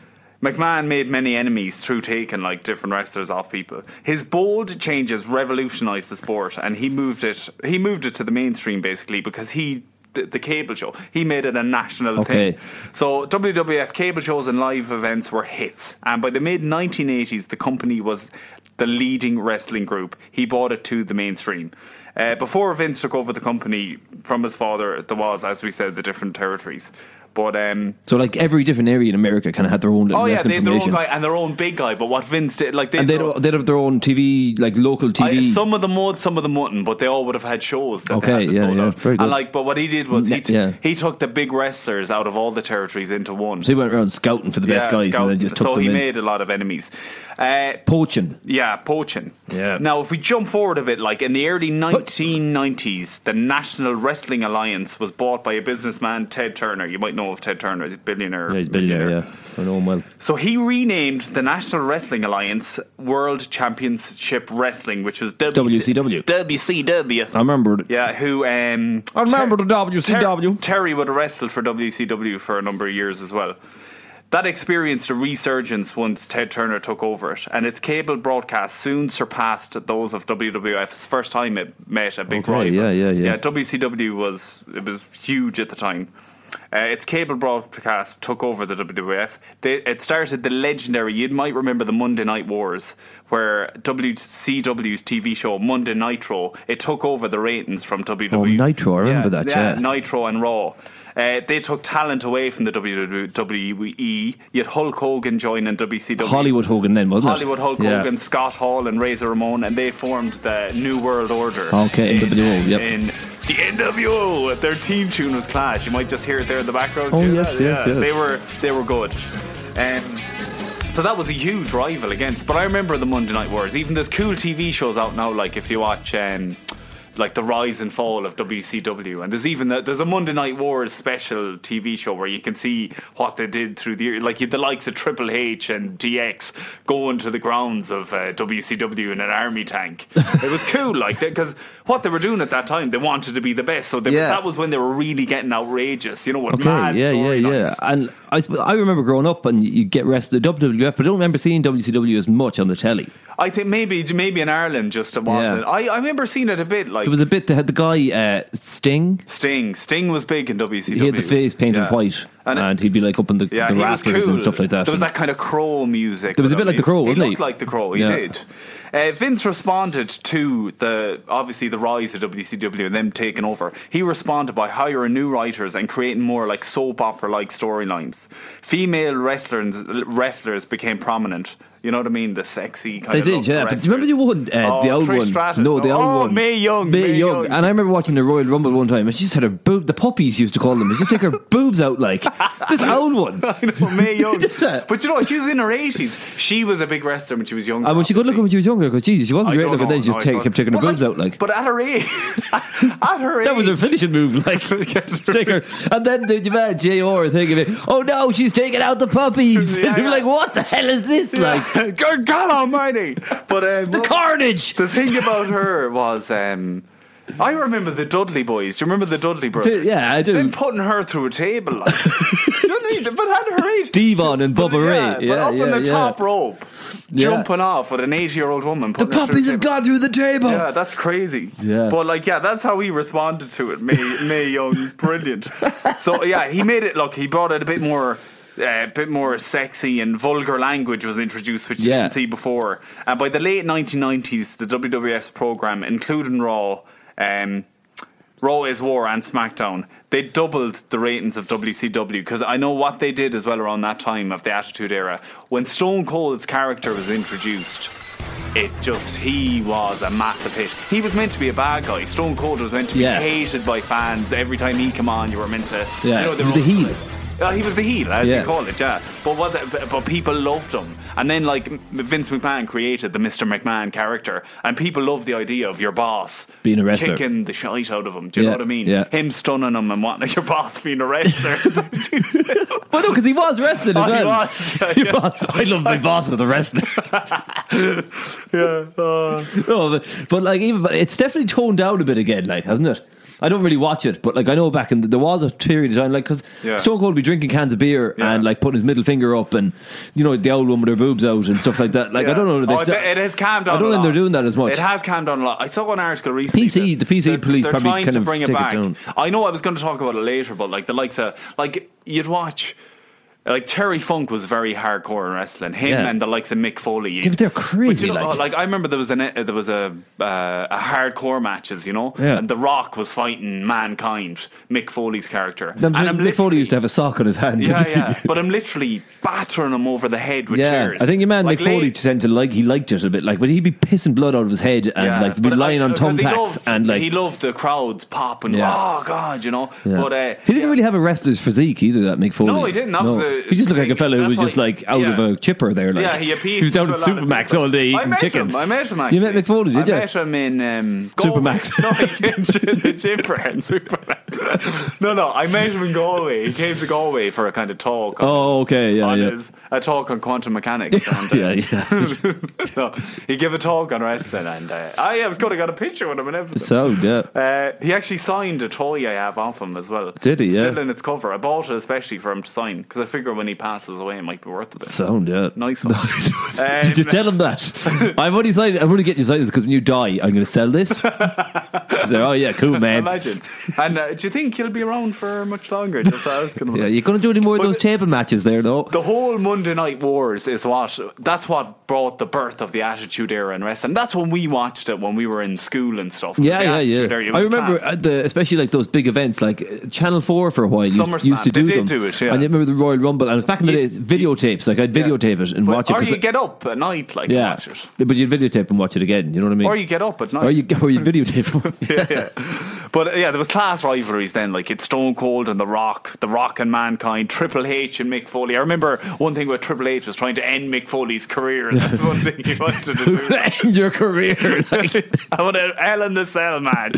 [SPEAKER 3] McMahon made many enemies through taking like different wrestlers off people. His bold changes revolutionized the sport, and he moved it. He moved it to the mainstream basically because he the the cable show. He made it a national
[SPEAKER 2] Okay.
[SPEAKER 3] thing. So WWF cable shows and live events were hits, and by the mid 1980s, the company was the leading wrestling group. He brought it to the mainstream. Uh, before Vince took over the company from his father, there was, as we said, the different territories. But um,
[SPEAKER 2] So like every different area in America kind of had their own little
[SPEAKER 3] oh yeah,
[SPEAKER 2] wrestling
[SPEAKER 3] they had their own
[SPEAKER 2] promotion.
[SPEAKER 3] guy and their own big guy. But what Vince did, like they
[SPEAKER 2] and they'd, they'd have their own TV, like local TV.
[SPEAKER 3] I, some of them would, some of them wouldn't, but they all would have had shows. That
[SPEAKER 2] Okay,
[SPEAKER 3] they had that
[SPEAKER 2] yeah,
[SPEAKER 3] sold
[SPEAKER 2] yeah,
[SPEAKER 3] out.
[SPEAKER 2] very
[SPEAKER 3] And
[SPEAKER 2] good.
[SPEAKER 3] like, but what he did was he,
[SPEAKER 2] Ne-
[SPEAKER 3] t-
[SPEAKER 2] yeah.
[SPEAKER 3] he took the big wrestlers out of all the territories into one.
[SPEAKER 2] so he went around scouting for the best guys
[SPEAKER 3] scout.
[SPEAKER 2] and then uh, just took
[SPEAKER 3] so
[SPEAKER 2] them
[SPEAKER 3] he
[SPEAKER 2] in.
[SPEAKER 3] made a lot of enemies. Uh,
[SPEAKER 2] Poaching.
[SPEAKER 3] yeah, poaching.
[SPEAKER 2] Yeah.
[SPEAKER 3] Now, if we jump forward a bit, like in the early 1990s, the National Wrestling Alliance was bought by a businessman, Ted Turner. You might know of Ted Turner, he's a billionaire.
[SPEAKER 2] Yeah, he's billionaire,
[SPEAKER 3] millionaire.
[SPEAKER 2] yeah. I know him well.
[SPEAKER 3] So he renamed the National Wrestling Alliance World Championship Wrestling, which was
[SPEAKER 2] WCW.
[SPEAKER 3] WCW.
[SPEAKER 2] I remember it.
[SPEAKER 3] Yeah, who? Um,
[SPEAKER 2] I remember the
[SPEAKER 3] Ter-
[SPEAKER 2] WCW.
[SPEAKER 3] Terry would have wrestled for WCW for a number of years as well. That experienced a resurgence once Ted Turner took over it, and its cable broadcasts soon surpassed those of WWF's first time it met a big
[SPEAKER 2] Okay,
[SPEAKER 3] rival.
[SPEAKER 2] Oh, yeah, yeah, yeah.
[SPEAKER 3] Yeah, WCW was it was huge at the time. Uh, its cable broadcast took over the WWF. They, it started the legendary. You might remember the Monday Night Wars, where WCW's TV show Monday Nitro it took over the ratings from WWE.
[SPEAKER 2] Nitro, Oh, I remember that, yeah.
[SPEAKER 3] Nitro and Raw. Uh, they took talent away from the WWE. Yet Hulk Hogan joining WCW.
[SPEAKER 2] Hollywood Hogan then, wasn't
[SPEAKER 3] Hollywood
[SPEAKER 2] it?
[SPEAKER 3] Hulk
[SPEAKER 2] Yeah.
[SPEAKER 3] Hogan, Scott Hall, and Razor Ramon, and they formed the New World Order.
[SPEAKER 2] Okay,
[SPEAKER 3] in,
[SPEAKER 2] NWO, yep.
[SPEAKER 3] in the NWO, their team tune was Clash. You might just hear it there in the background.
[SPEAKER 2] Oh,
[SPEAKER 3] too.
[SPEAKER 2] yes,
[SPEAKER 3] Yeah,
[SPEAKER 2] yes, yes.
[SPEAKER 3] They were they were good. Um, so that was a huge rival against. But I remember the Monday Night Wars. Even there's cool TV shows out now. Like if you watch. Um, like the rise and fall of WCW, and there's even a, there's a Monday Night Wars special TV show where you can see what they did through the year, like you, the likes of Triple H and DX going to the grounds of uh, WCW in an army tank. it was cool, like that, because what they were doing at that time, they wanted to be the best, so they,
[SPEAKER 2] Yeah.
[SPEAKER 3] that was when they were really getting outrageous, you know, with
[SPEAKER 2] Okay,
[SPEAKER 3] mad
[SPEAKER 2] yeah, yeah, yeah.
[SPEAKER 3] storylines.
[SPEAKER 2] And I, sp- I remember growing up and you get rested the WWF, but I don't remember seeing WCW as much on the telly.
[SPEAKER 3] I think maybe maybe in Ireland just it wasn't.
[SPEAKER 2] Yeah.
[SPEAKER 3] I, I remember seeing it a bit like
[SPEAKER 2] There was a bit that had the guy uh, Sting.
[SPEAKER 3] Sting. Sting was big in WCW.
[SPEAKER 2] He had the face painted
[SPEAKER 3] Yeah.
[SPEAKER 2] white, and,
[SPEAKER 3] And-
[SPEAKER 2] he'd be like up in the,
[SPEAKER 3] Yeah,
[SPEAKER 2] the
[SPEAKER 3] he was
[SPEAKER 2] rafters
[SPEAKER 3] cool.
[SPEAKER 2] and stuff like that.
[SPEAKER 3] There was that kind of crow music.
[SPEAKER 2] There was a bit like The Crow,
[SPEAKER 3] he,
[SPEAKER 2] wasn't he?
[SPEAKER 3] looked like the crow. He
[SPEAKER 2] Yeah.
[SPEAKER 3] did. Uh, Vince responded to the obviously the rise of WCW and them taking over. He responded by hiring new writers and creating more like soap opera like storylines. Female wrestlers wrestlers became prominent. You know what I mean? The sexy kind
[SPEAKER 2] they
[SPEAKER 3] of
[SPEAKER 2] did,
[SPEAKER 3] looked
[SPEAKER 2] yeah. But do you remember
[SPEAKER 3] wrestlers.
[SPEAKER 2] the one, uh, the
[SPEAKER 3] Oh,
[SPEAKER 2] old
[SPEAKER 3] Trish
[SPEAKER 2] one?
[SPEAKER 3] Stratus.
[SPEAKER 2] No, the old
[SPEAKER 3] oh,
[SPEAKER 2] one.
[SPEAKER 3] Mae Young.
[SPEAKER 2] Mae, Young. And I remember watching the Royal Rumble one time, and she just had her boob. The puppies used to call them. They just take her boobs out like this old one.
[SPEAKER 3] I know, Mae Young.
[SPEAKER 2] that.
[SPEAKER 3] but you know, what? she was in her 80s. She was a big wrestler when she was younger.
[SPEAKER 2] And when she good
[SPEAKER 3] obviously.
[SPEAKER 2] looking when she was younger, because Jesus, she wasn't
[SPEAKER 3] I
[SPEAKER 2] great
[SPEAKER 3] don't
[SPEAKER 2] looking
[SPEAKER 3] know.
[SPEAKER 2] then. She
[SPEAKER 3] No,
[SPEAKER 2] just
[SPEAKER 3] I
[SPEAKER 2] take,
[SPEAKER 3] don't-
[SPEAKER 2] kept taking her
[SPEAKER 3] But
[SPEAKER 2] boobs out like.
[SPEAKER 3] But at her age, at her age,
[SPEAKER 2] That was her finishing move, like take her, and then the man Jr. thinking, of it, "Oh no, she's taking out the puppies."
[SPEAKER 3] Yeah, yeah.
[SPEAKER 2] like, what the hell is this? Like
[SPEAKER 3] like good God Almighty. But um,
[SPEAKER 2] the
[SPEAKER 3] well,
[SPEAKER 2] carnage.
[SPEAKER 3] the thing about her was, um, I remember the Dudley boys. Do you remember the Dudley brothers?
[SPEAKER 2] yeah, I do.
[SPEAKER 3] Them putting her through a table. Like, do you know, but at her age.
[SPEAKER 2] Devon and Bubba
[SPEAKER 3] yeah,
[SPEAKER 2] Ray.
[SPEAKER 3] but up on the top rope,
[SPEAKER 2] Yeah.
[SPEAKER 3] jumping off with an eighty-year-old woman.
[SPEAKER 2] The
[SPEAKER 3] putting her through
[SPEAKER 2] puppies
[SPEAKER 3] a
[SPEAKER 2] have
[SPEAKER 3] table.
[SPEAKER 2] gone through the table.
[SPEAKER 3] Yeah, that's crazy.
[SPEAKER 2] Yeah.
[SPEAKER 3] But like, yeah, that's how he responded to it. May May Young, brilliant. So yeah, he made it look. He brought it a bit more. uh, bit more sexy and vulgar language was introduced, which
[SPEAKER 2] Yeah.
[SPEAKER 3] you didn't see before. And by the late 1990s, the WWF's program, including Raw, um, Raw is War and SmackDown, they doubled the ratings of WCW because I know what they did as well around that time of the Attitude Era. When Stone Cold's character was introduced, it just, he was a massive hit. He was meant to be a bad guy. Stone Cold was meant to be
[SPEAKER 2] Yeah.
[SPEAKER 3] hated by fans. Every time he came on, you were meant to.
[SPEAKER 2] Yeah,
[SPEAKER 3] you know, they
[SPEAKER 2] he was
[SPEAKER 3] were-
[SPEAKER 2] the heel.
[SPEAKER 3] Uh, he was the heel, as
[SPEAKER 2] Yeah.
[SPEAKER 3] you call it, yeah. But what the, but- but people loved him, and then like M- Vince McMahon created the Mr. McMahon character, and people loved the idea of your boss
[SPEAKER 2] Being a wrestler.
[SPEAKER 3] kicking the shite out of him. Do you
[SPEAKER 2] Yeah,
[SPEAKER 3] know what I mean?
[SPEAKER 2] yeah.
[SPEAKER 3] Him stunning him and whatnot. Your boss being a wrestler.
[SPEAKER 2] Well, no, because he was wrestling as
[SPEAKER 3] Oh, he
[SPEAKER 2] well.
[SPEAKER 3] was, yeah,
[SPEAKER 2] He
[SPEAKER 3] yeah.
[SPEAKER 2] was. I love my boss as a wrestler.
[SPEAKER 3] yeah. Oh.
[SPEAKER 2] no, Oh, but, but like even but it's definitely toned down a bit again, like hasn't it? I don't really watch it, but like I know back in the, there was a period of time, like because
[SPEAKER 3] Yeah.
[SPEAKER 2] Stone Cold would be drinking cans of beer
[SPEAKER 3] Yeah.
[SPEAKER 2] and like putting his middle finger up, and you know the old one with her boobs out and stuff like that. Like I don't know.
[SPEAKER 3] Oh, it, it has calmed down.
[SPEAKER 2] I don't
[SPEAKER 3] a
[SPEAKER 2] think they're
[SPEAKER 3] lot.
[SPEAKER 2] doing that as much.
[SPEAKER 3] It has calmed down a lot. I saw an article recently.
[SPEAKER 2] PC
[SPEAKER 3] that
[SPEAKER 2] the PC
[SPEAKER 3] they're-
[SPEAKER 2] police
[SPEAKER 3] they're
[SPEAKER 2] probably
[SPEAKER 3] trying
[SPEAKER 2] kind
[SPEAKER 3] to
[SPEAKER 2] of
[SPEAKER 3] bring it
[SPEAKER 2] take it
[SPEAKER 3] back.
[SPEAKER 2] down.
[SPEAKER 3] I know I was going to talk about it later, but like the likes of like you'd watch. Like Terry Funk was very hardcore in wrestling. Him
[SPEAKER 2] Yeah.
[SPEAKER 3] and the likes of Mick Foley.
[SPEAKER 2] Yeah, but they're crazy,
[SPEAKER 3] you know,
[SPEAKER 2] like.
[SPEAKER 3] like I remember there was an there was a uh, a hardcore matches, you know,
[SPEAKER 2] Yeah.
[SPEAKER 3] and The Rock was fighting Mankind, Mick Foley's character.
[SPEAKER 2] Them-
[SPEAKER 3] and I'm
[SPEAKER 2] Mick Foley
[SPEAKER 3] literally-
[SPEAKER 2] used to have a sock on his hand.
[SPEAKER 3] Yeah, yeah. But I'm literally battering him over the head with
[SPEAKER 2] Yeah,
[SPEAKER 3] chairs.
[SPEAKER 2] I think your man
[SPEAKER 3] Like,
[SPEAKER 2] Mick Foley
[SPEAKER 3] lay-
[SPEAKER 2] tended to like he liked it a bit, like, but he'd be pissing blood out of his head and
[SPEAKER 3] Yeah,
[SPEAKER 2] like be
[SPEAKER 3] but
[SPEAKER 2] lying
[SPEAKER 3] I-
[SPEAKER 2] on
[SPEAKER 3] because he
[SPEAKER 2] thumbtacks
[SPEAKER 3] loved-
[SPEAKER 2] and like.
[SPEAKER 3] he loved the crowds popping.
[SPEAKER 2] Yeah.
[SPEAKER 3] Oh God, you know.
[SPEAKER 2] yeah.
[SPEAKER 3] But uh,
[SPEAKER 2] he didn't
[SPEAKER 3] yeah.
[SPEAKER 2] really have a wrestler's physique either. That Mick Foley.
[SPEAKER 3] No, he didn't. That was the
[SPEAKER 2] he just looked like a
[SPEAKER 3] thing.
[SPEAKER 2] fellow who was
[SPEAKER 3] That's
[SPEAKER 2] just
[SPEAKER 3] why-
[SPEAKER 2] like out of
[SPEAKER 3] yeah.
[SPEAKER 2] a chipper there. Like
[SPEAKER 3] yeah, he appealed.
[SPEAKER 2] was down
[SPEAKER 3] to
[SPEAKER 2] at
[SPEAKER 3] a lot of
[SPEAKER 2] Supermax
[SPEAKER 3] people.
[SPEAKER 2] all day
[SPEAKER 3] I
[SPEAKER 2] eating
[SPEAKER 3] met
[SPEAKER 2] chicken.
[SPEAKER 3] Him. I met him.
[SPEAKER 2] You
[SPEAKER 3] Actually.
[SPEAKER 2] met Mick Foley, did
[SPEAKER 3] I
[SPEAKER 2] you?
[SPEAKER 3] met him in um, Galway.
[SPEAKER 2] Supermax.
[SPEAKER 3] No, he didn't. the gym for him. Supermax. no, no, I met him in Galway. He came to Galway for a kind of talk. on
[SPEAKER 2] Oh, okay, yeah,
[SPEAKER 3] on
[SPEAKER 2] yeah.
[SPEAKER 3] his a talk on quantum mechanics. And, uh,
[SPEAKER 2] Yeah, yeah.
[SPEAKER 3] no, he gave a talk on wrestling, and uh, I I was going to get a picture with him and everything.
[SPEAKER 2] So, yeah.
[SPEAKER 3] uh, he actually signed a toy I have off him as well.
[SPEAKER 2] Did he? Yeah.
[SPEAKER 3] Still in its cover. I bought it especially for him to sign because I figure when he passes away, it might be worth a bit.
[SPEAKER 2] Sound, yeah.
[SPEAKER 3] Nice one. Um,
[SPEAKER 2] Did you tell him that? I've already signed. I'm only getting you signed this because when you die, I'm going to sell this. He's like, oh yeah, cool man.
[SPEAKER 3] Imagine. And uh, do you think he'll be around for much longer? Just asking him.
[SPEAKER 2] Yeah, you going to do any more of
[SPEAKER 3] But
[SPEAKER 2] those
[SPEAKER 3] the-
[SPEAKER 2] table matches there, though?
[SPEAKER 3] The whole Monday Night Wars is what that's what brought the birth of the Attitude Era in wrestling. That's when we watched it when we were in school and stuff.
[SPEAKER 2] Yeah,
[SPEAKER 3] The
[SPEAKER 2] yeah,
[SPEAKER 3] Attitude
[SPEAKER 2] yeah.
[SPEAKER 3] Era, it
[SPEAKER 2] I
[SPEAKER 3] was
[SPEAKER 2] remember uh,
[SPEAKER 3] class.
[SPEAKER 2] at the, especially like those big events, like uh, Channel Four for a while used,
[SPEAKER 3] SummerSlam.
[SPEAKER 2] used to
[SPEAKER 3] They
[SPEAKER 2] do
[SPEAKER 3] did
[SPEAKER 2] them.
[SPEAKER 3] do it, yeah.
[SPEAKER 2] And I remember the Royal Rumble, and back in the
[SPEAKER 3] You-
[SPEAKER 2] days, videotapes. Like I'd videotape it and
[SPEAKER 3] But-
[SPEAKER 2] watch it.
[SPEAKER 3] Or
[SPEAKER 2] 'cause
[SPEAKER 3] you
[SPEAKER 2] it-
[SPEAKER 3] get up at night, like
[SPEAKER 2] yeah,
[SPEAKER 3] watch it.
[SPEAKER 2] but you'd videotape and watch it again. You know what I mean?
[SPEAKER 3] Or you get up at night.
[SPEAKER 2] or you or you videotape.
[SPEAKER 3] yeah, yeah. But uh, yeah, there was class rivalries then. Like it's Stone Cold and The Rock, The Rock and Mankind, Triple H and Mick Foley. I remember one thing where Triple H was trying to end Mick Foley's career, and that's one thing he wanted to do.
[SPEAKER 2] End your career, like,
[SPEAKER 3] I want a Hell in the Cell match.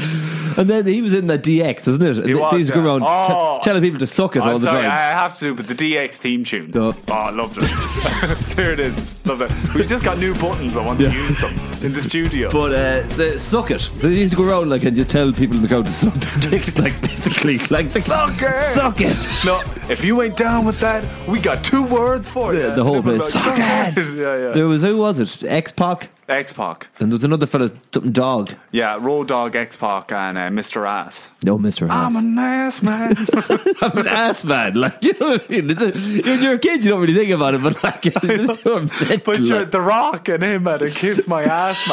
[SPEAKER 2] and then he was in that DX, isn't it? He
[SPEAKER 3] was,
[SPEAKER 2] These go
[SPEAKER 3] yeah.
[SPEAKER 2] around t-
[SPEAKER 3] Oh.
[SPEAKER 2] telling people to suck it all
[SPEAKER 3] I'm
[SPEAKER 2] the
[SPEAKER 3] sorry,
[SPEAKER 2] time.
[SPEAKER 3] I have to, but the DX theme tune.
[SPEAKER 2] No.
[SPEAKER 3] Oh, I loved it. there it is. Love it. We've just got new buttons. I want
[SPEAKER 2] Yeah.
[SPEAKER 3] to use them in the studio.
[SPEAKER 2] But uh, the suck it. So you used to go around like and just tell people in the crowd to suck their dicks, like basically, like
[SPEAKER 3] Suck it!
[SPEAKER 2] suck it.
[SPEAKER 3] no, if you ain't down with that, we got two words for
[SPEAKER 2] The-
[SPEAKER 3] you.
[SPEAKER 2] the whole place, "Suck
[SPEAKER 3] yeah,
[SPEAKER 2] it!"
[SPEAKER 3] yeah.
[SPEAKER 2] There was who was it? X Pac,
[SPEAKER 3] X Pac.
[SPEAKER 2] and there was another fella, something dog.
[SPEAKER 3] Yeah, Road Dog, X Pac, and uh, Mr. Ass.
[SPEAKER 2] No, Mister Ass.
[SPEAKER 3] I'm an ass Ah, man.
[SPEAKER 2] I'm an ass man. Like you know what I mean? It's a, when you're a kid, you don't really think about it, but like, it's just your mental,
[SPEAKER 3] But you're
[SPEAKER 2] like-
[SPEAKER 3] The Rock and him had a kiss my ass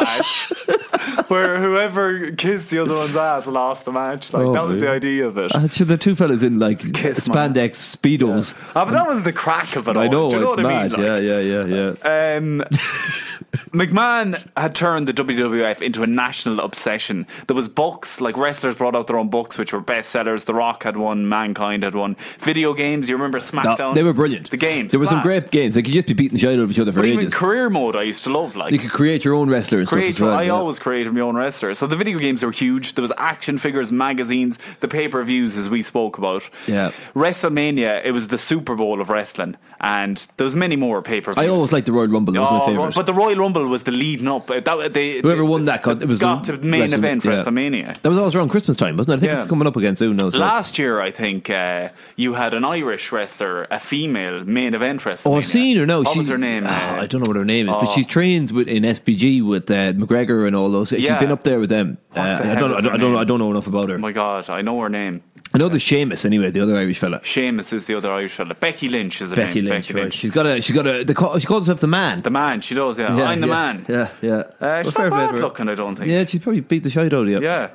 [SPEAKER 3] match, where whoever kissed the other one's ass lost the match. Like
[SPEAKER 2] Oh,
[SPEAKER 3] that was the
[SPEAKER 2] man.
[SPEAKER 3] idea of it.
[SPEAKER 2] Uh, so the two fellas in like
[SPEAKER 3] Kiss my-
[SPEAKER 2] spandex speedos.
[SPEAKER 3] Ah, but that was the crack of it all.
[SPEAKER 2] I know
[SPEAKER 3] Do you know
[SPEAKER 2] it's
[SPEAKER 3] what I
[SPEAKER 2] mad.
[SPEAKER 3] mean? Like,
[SPEAKER 2] yeah, yeah, yeah, yeah.
[SPEAKER 3] Um, McMahon had turned the WWF into a national obsession. There was books, like wrestlers brought out their own books, which were bestsellers. The Rock had one, Mankind had one. Video games, you remember
[SPEAKER 2] No,
[SPEAKER 3] SmackDown?
[SPEAKER 2] they were brilliant.
[SPEAKER 3] The games,
[SPEAKER 2] There were some
[SPEAKER 3] class.
[SPEAKER 2] great games. They could just be beating the shit out of each other for
[SPEAKER 3] But even
[SPEAKER 2] ages.
[SPEAKER 3] career mode, I used to love. Like
[SPEAKER 2] you could create your own wrestler and
[SPEAKER 3] create.
[SPEAKER 2] stuff as well.
[SPEAKER 3] I
[SPEAKER 2] yeah.
[SPEAKER 3] always created my own wrestler. So the video games were huge. There was action figures, magazines, the pay per views, as we spoke about.
[SPEAKER 2] Yeah.
[SPEAKER 3] WrestleMania. It was the Super Bowl of wrestling, and there was many more pay per views.
[SPEAKER 2] I always liked the Royal Rumble. That was
[SPEAKER 3] Oh,
[SPEAKER 2] my favorite.
[SPEAKER 3] But the Royal Rumble was the leading up. Uh, That, they,
[SPEAKER 2] Whoever
[SPEAKER 3] they-
[SPEAKER 2] won that, got, it was
[SPEAKER 3] got to the main
[SPEAKER 2] Wrestle-
[SPEAKER 3] event for
[SPEAKER 2] yeah.
[SPEAKER 3] WrestleMania.
[SPEAKER 2] That was always around Christmas time, wasn't it? I think
[SPEAKER 3] Yeah.
[SPEAKER 2] it's coming up again soon. now. so-
[SPEAKER 3] Last year, I think uh, you had an Irish wrestler, a female main event WrestleMania.
[SPEAKER 2] Oh, I've seen her now.
[SPEAKER 3] What
[SPEAKER 2] she,
[SPEAKER 3] was her name?
[SPEAKER 2] Ah,
[SPEAKER 3] uh,
[SPEAKER 2] I don't know what her name is, but
[SPEAKER 3] oh.
[SPEAKER 2] she trains with in SPG with uh, McGregor and all those. She's
[SPEAKER 3] Yeah.
[SPEAKER 2] been up there with them.
[SPEAKER 3] What
[SPEAKER 2] Uh,
[SPEAKER 3] the
[SPEAKER 2] I
[SPEAKER 3] heck
[SPEAKER 2] don't. know-
[SPEAKER 3] is
[SPEAKER 2] I don't.
[SPEAKER 3] her
[SPEAKER 2] I don't, know-
[SPEAKER 3] name?
[SPEAKER 2] I don't know enough about her.
[SPEAKER 3] Oh my god, I know her name.
[SPEAKER 2] I know there's Seamus anyway, the other Irish fella.
[SPEAKER 3] Seamus is the other Irish fella. Becky Lynch is the
[SPEAKER 2] Becky
[SPEAKER 3] name.
[SPEAKER 2] Lynch. right. She's got a. She's got a. They call, she calls herself the man.
[SPEAKER 3] The man, she does, yeah.
[SPEAKER 2] Yeah,
[SPEAKER 3] I'm the
[SPEAKER 2] yeah,
[SPEAKER 3] man.
[SPEAKER 2] Yeah, yeah.
[SPEAKER 3] Uh,
[SPEAKER 2] Well,
[SPEAKER 3] she's
[SPEAKER 2] fair
[SPEAKER 3] not
[SPEAKER 2] play to
[SPEAKER 3] bad
[SPEAKER 2] her.
[SPEAKER 3] looking, I don't think.
[SPEAKER 2] Yeah, she's probably beat the shit out of you.
[SPEAKER 3] Yeah.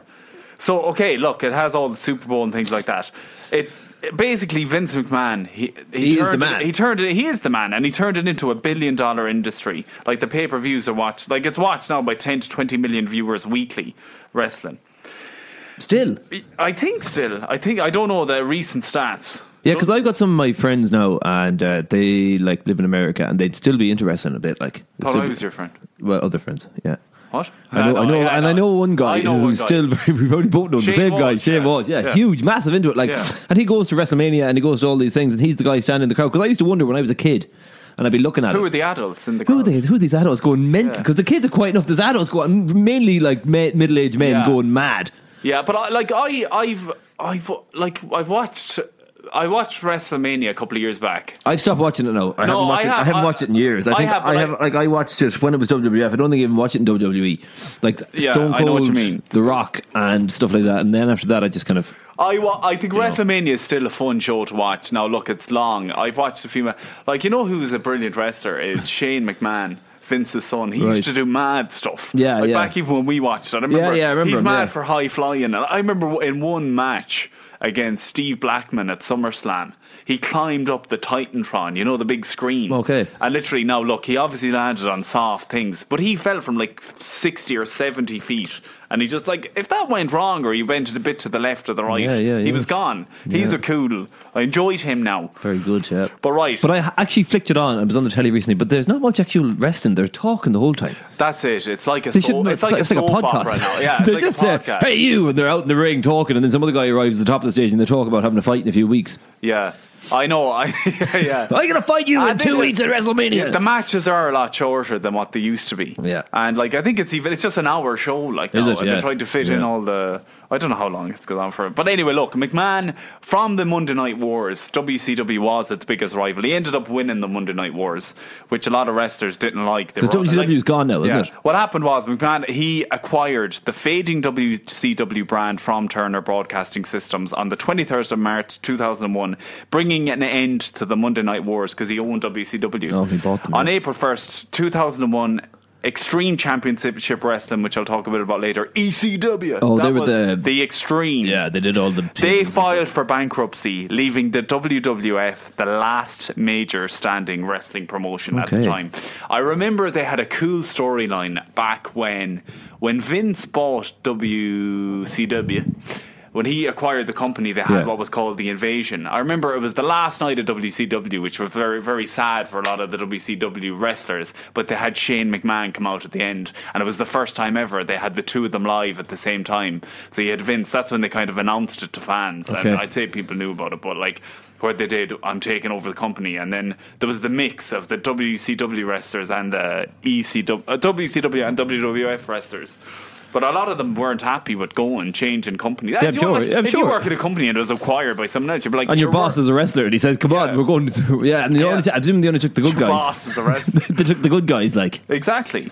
[SPEAKER 3] So okay, look, it has all the Super Bowl and things like that. It, it- basically Vince McMahon. He,
[SPEAKER 2] He is
[SPEAKER 3] turned
[SPEAKER 2] the
[SPEAKER 3] it-
[SPEAKER 2] man.
[SPEAKER 3] he turned it. He is the man, and he turned it into a billion dollar industry. Like the pay per views are watched. Like it's watched now by ten to twenty million viewers weekly. Wrestling.
[SPEAKER 2] Still.
[SPEAKER 3] I think still. I think I don't know the recent stats.
[SPEAKER 2] Yeah, because I've got some of my friends now, and uh, they like live in America, and they'd still be interested in a bit. Like,
[SPEAKER 3] Thought
[SPEAKER 2] still
[SPEAKER 3] I
[SPEAKER 2] be-
[SPEAKER 3] was your friend.
[SPEAKER 2] well, other friends. Yeah,
[SPEAKER 3] What?
[SPEAKER 2] I know, I know, and I know one guy
[SPEAKER 3] I know
[SPEAKER 2] who's
[SPEAKER 3] one guy.
[SPEAKER 2] still very. We probably both know the
[SPEAKER 3] Shane
[SPEAKER 2] same guy,
[SPEAKER 3] Walsh,
[SPEAKER 2] Shane
[SPEAKER 3] yeah.
[SPEAKER 2] Walsh. Yeah,
[SPEAKER 3] Yeah.
[SPEAKER 2] huge, massive into it. Like,
[SPEAKER 3] Yeah.
[SPEAKER 2] and he goes to WrestleMania, and he goes to all these things, and he's the guy standing in the crowd. Because I used to wonder when I was a kid, and I'd be looking at
[SPEAKER 3] Who
[SPEAKER 2] it.
[SPEAKER 3] are the adults in the
[SPEAKER 2] Who are
[SPEAKER 3] crowd?
[SPEAKER 2] they? Who are these adults going mental?
[SPEAKER 3] Yeah.
[SPEAKER 2] Because the kids are quite enough. There's adults going mainly like ma- middle-aged men
[SPEAKER 3] Yeah.
[SPEAKER 2] going mad.
[SPEAKER 3] Yeah, but I, like I, I've, I've, like I've watched, I watched WrestleMania a couple of years back.
[SPEAKER 2] I've stopped watching it now. I
[SPEAKER 3] No,
[SPEAKER 2] haven't watched
[SPEAKER 3] I
[SPEAKER 2] it. I
[SPEAKER 3] have-
[SPEAKER 2] haven't
[SPEAKER 3] I-
[SPEAKER 2] watched it in years. I
[SPEAKER 3] I
[SPEAKER 2] think
[SPEAKER 3] have,
[SPEAKER 2] I
[SPEAKER 3] but
[SPEAKER 2] have
[SPEAKER 3] I-
[SPEAKER 2] like I watched it when it was WWF. I don't think I even watched it in WWE. Like
[SPEAKER 3] Yeah,
[SPEAKER 2] Stone
[SPEAKER 3] I know what you
[SPEAKER 2] Cold,
[SPEAKER 3] mean.
[SPEAKER 2] The Rock, and stuff like that. And then after that, I just kind of
[SPEAKER 3] I, wa- I think WrestleMania is still a fun show to watch. Now, look, it's long. I've watched a few. Ma- like, you know who's a brilliant wrestler is Shane McMahon. Vince's son, he
[SPEAKER 2] Right.
[SPEAKER 3] used to do mad stuff.
[SPEAKER 2] Yeah,
[SPEAKER 3] like
[SPEAKER 2] yeah.
[SPEAKER 3] Back even when we watched it, I remember.
[SPEAKER 2] yeah, I remember
[SPEAKER 3] He's
[SPEAKER 2] him,
[SPEAKER 3] mad
[SPEAKER 2] yeah.
[SPEAKER 3] for high flying. And I remember in one match against Steve Blackman at SummerSlam, He climbed up the Titantron, you know, the big screen.
[SPEAKER 2] Okay.
[SPEAKER 3] And literally, now look, he obviously landed on soft things, but he fell from like 60 or 70 feet. And he just like, if that went wrong or he went a bit to the left or the right,
[SPEAKER 2] Yeah, yeah,
[SPEAKER 3] he
[SPEAKER 2] yeah.
[SPEAKER 3] was gone. He's
[SPEAKER 2] Yeah.
[SPEAKER 3] a cool. I enjoyed him now.
[SPEAKER 2] Very good, yeah.
[SPEAKER 3] But right.
[SPEAKER 2] But I ha- actually flicked it on. I was on the telly recently, but there's not much actual resting. They're talking the whole time.
[SPEAKER 3] That's it. It's like a
[SPEAKER 2] They
[SPEAKER 3] soap,
[SPEAKER 2] shouldn't.
[SPEAKER 3] it's, like, a, soap opera now. Yeah, it's
[SPEAKER 2] they're
[SPEAKER 3] like
[SPEAKER 2] just
[SPEAKER 3] a podcast.
[SPEAKER 2] there. Hey, you! And they're out in the ring talking, and then some other guy arrives at the top of the stage, and they talk about having a fight in a few weeks.
[SPEAKER 3] Yeah, I know. I yeah.
[SPEAKER 2] I'm gonna fight you
[SPEAKER 3] I
[SPEAKER 2] in
[SPEAKER 3] think
[SPEAKER 2] two
[SPEAKER 3] it-
[SPEAKER 2] weeks at WrestleMania.
[SPEAKER 3] Yeah, the matches are a lot shorter than what they used to be.
[SPEAKER 2] Yeah.
[SPEAKER 3] and like I think it's even it's just an hour show. Like
[SPEAKER 2] Is
[SPEAKER 3] now,
[SPEAKER 2] it?
[SPEAKER 3] and they're
[SPEAKER 2] Yeah.
[SPEAKER 3] trying to fit in
[SPEAKER 2] Yeah.
[SPEAKER 3] all the. I don't know how long it's going on for. But anyway, look, McMahon from the Monday Night Wars, WCW was its biggest rival. He ended up winning the Monday Night Wars, which a lot of wrestlers didn't like. They
[SPEAKER 2] 'Cause
[SPEAKER 3] were all-
[SPEAKER 2] WCW is gone now, isn't
[SPEAKER 3] yeah.
[SPEAKER 2] it?
[SPEAKER 3] What happened was McMahon he acquired the fading WCW brand from Turner Broadcasting Systems on the 23rd of March 2001, bringing an end to the Monday Night Wars because he owned WCW.
[SPEAKER 2] Oh, he bought them,
[SPEAKER 3] on
[SPEAKER 2] yeah.
[SPEAKER 3] April 1st, 2001. Extreme Championship Wrestling, which I'll talk a bit about later. ECW.
[SPEAKER 2] Oh,
[SPEAKER 3] That
[SPEAKER 2] they were
[SPEAKER 3] was
[SPEAKER 2] the-
[SPEAKER 3] the extreme.
[SPEAKER 2] Yeah, they did all the.
[SPEAKER 3] They filed for bankruptcy, leaving the WWF the last major standing wrestling promotion at the
[SPEAKER 2] Okay.
[SPEAKER 3] time. I remember they had a cool storyline back when when Vince bought WCW. When he acquired the company, they had
[SPEAKER 2] Yeah.
[SPEAKER 3] what was called the Invasion. I remember it was the last night of WCW, which was very, very sad for a lot of the WCW wrestlers. But they had Shane McMahon come out at the end, and it was the first time ever they had the two of them live at the same time. So you had Vince. That's when they kind of announced it to fans,
[SPEAKER 2] Okay.
[SPEAKER 3] and I'd say people knew about it, but like. What they did, I'm taking over the company, and then there was the mix of the WCW wrestlers and the ECW, uh, WCW and WWF wrestlers, but a lot of them weren't happy with going changing company. That's
[SPEAKER 2] Yeah, I'm
[SPEAKER 3] the only-
[SPEAKER 2] sure, yeah, I'm
[SPEAKER 3] if you
[SPEAKER 2] sure.
[SPEAKER 3] work at a company and it was acquired by someone else, you'd be like,
[SPEAKER 2] and your boss
[SPEAKER 3] work-
[SPEAKER 2] is a wrestler, and he says, "Come
[SPEAKER 3] Yeah.
[SPEAKER 2] on, we're going." To, yeah, and they
[SPEAKER 3] Yeah.
[SPEAKER 2] only, I presume they only took the good
[SPEAKER 3] your
[SPEAKER 2] guys.
[SPEAKER 3] boss is a wrestler.
[SPEAKER 2] they took the good guys, like
[SPEAKER 3] Exactly.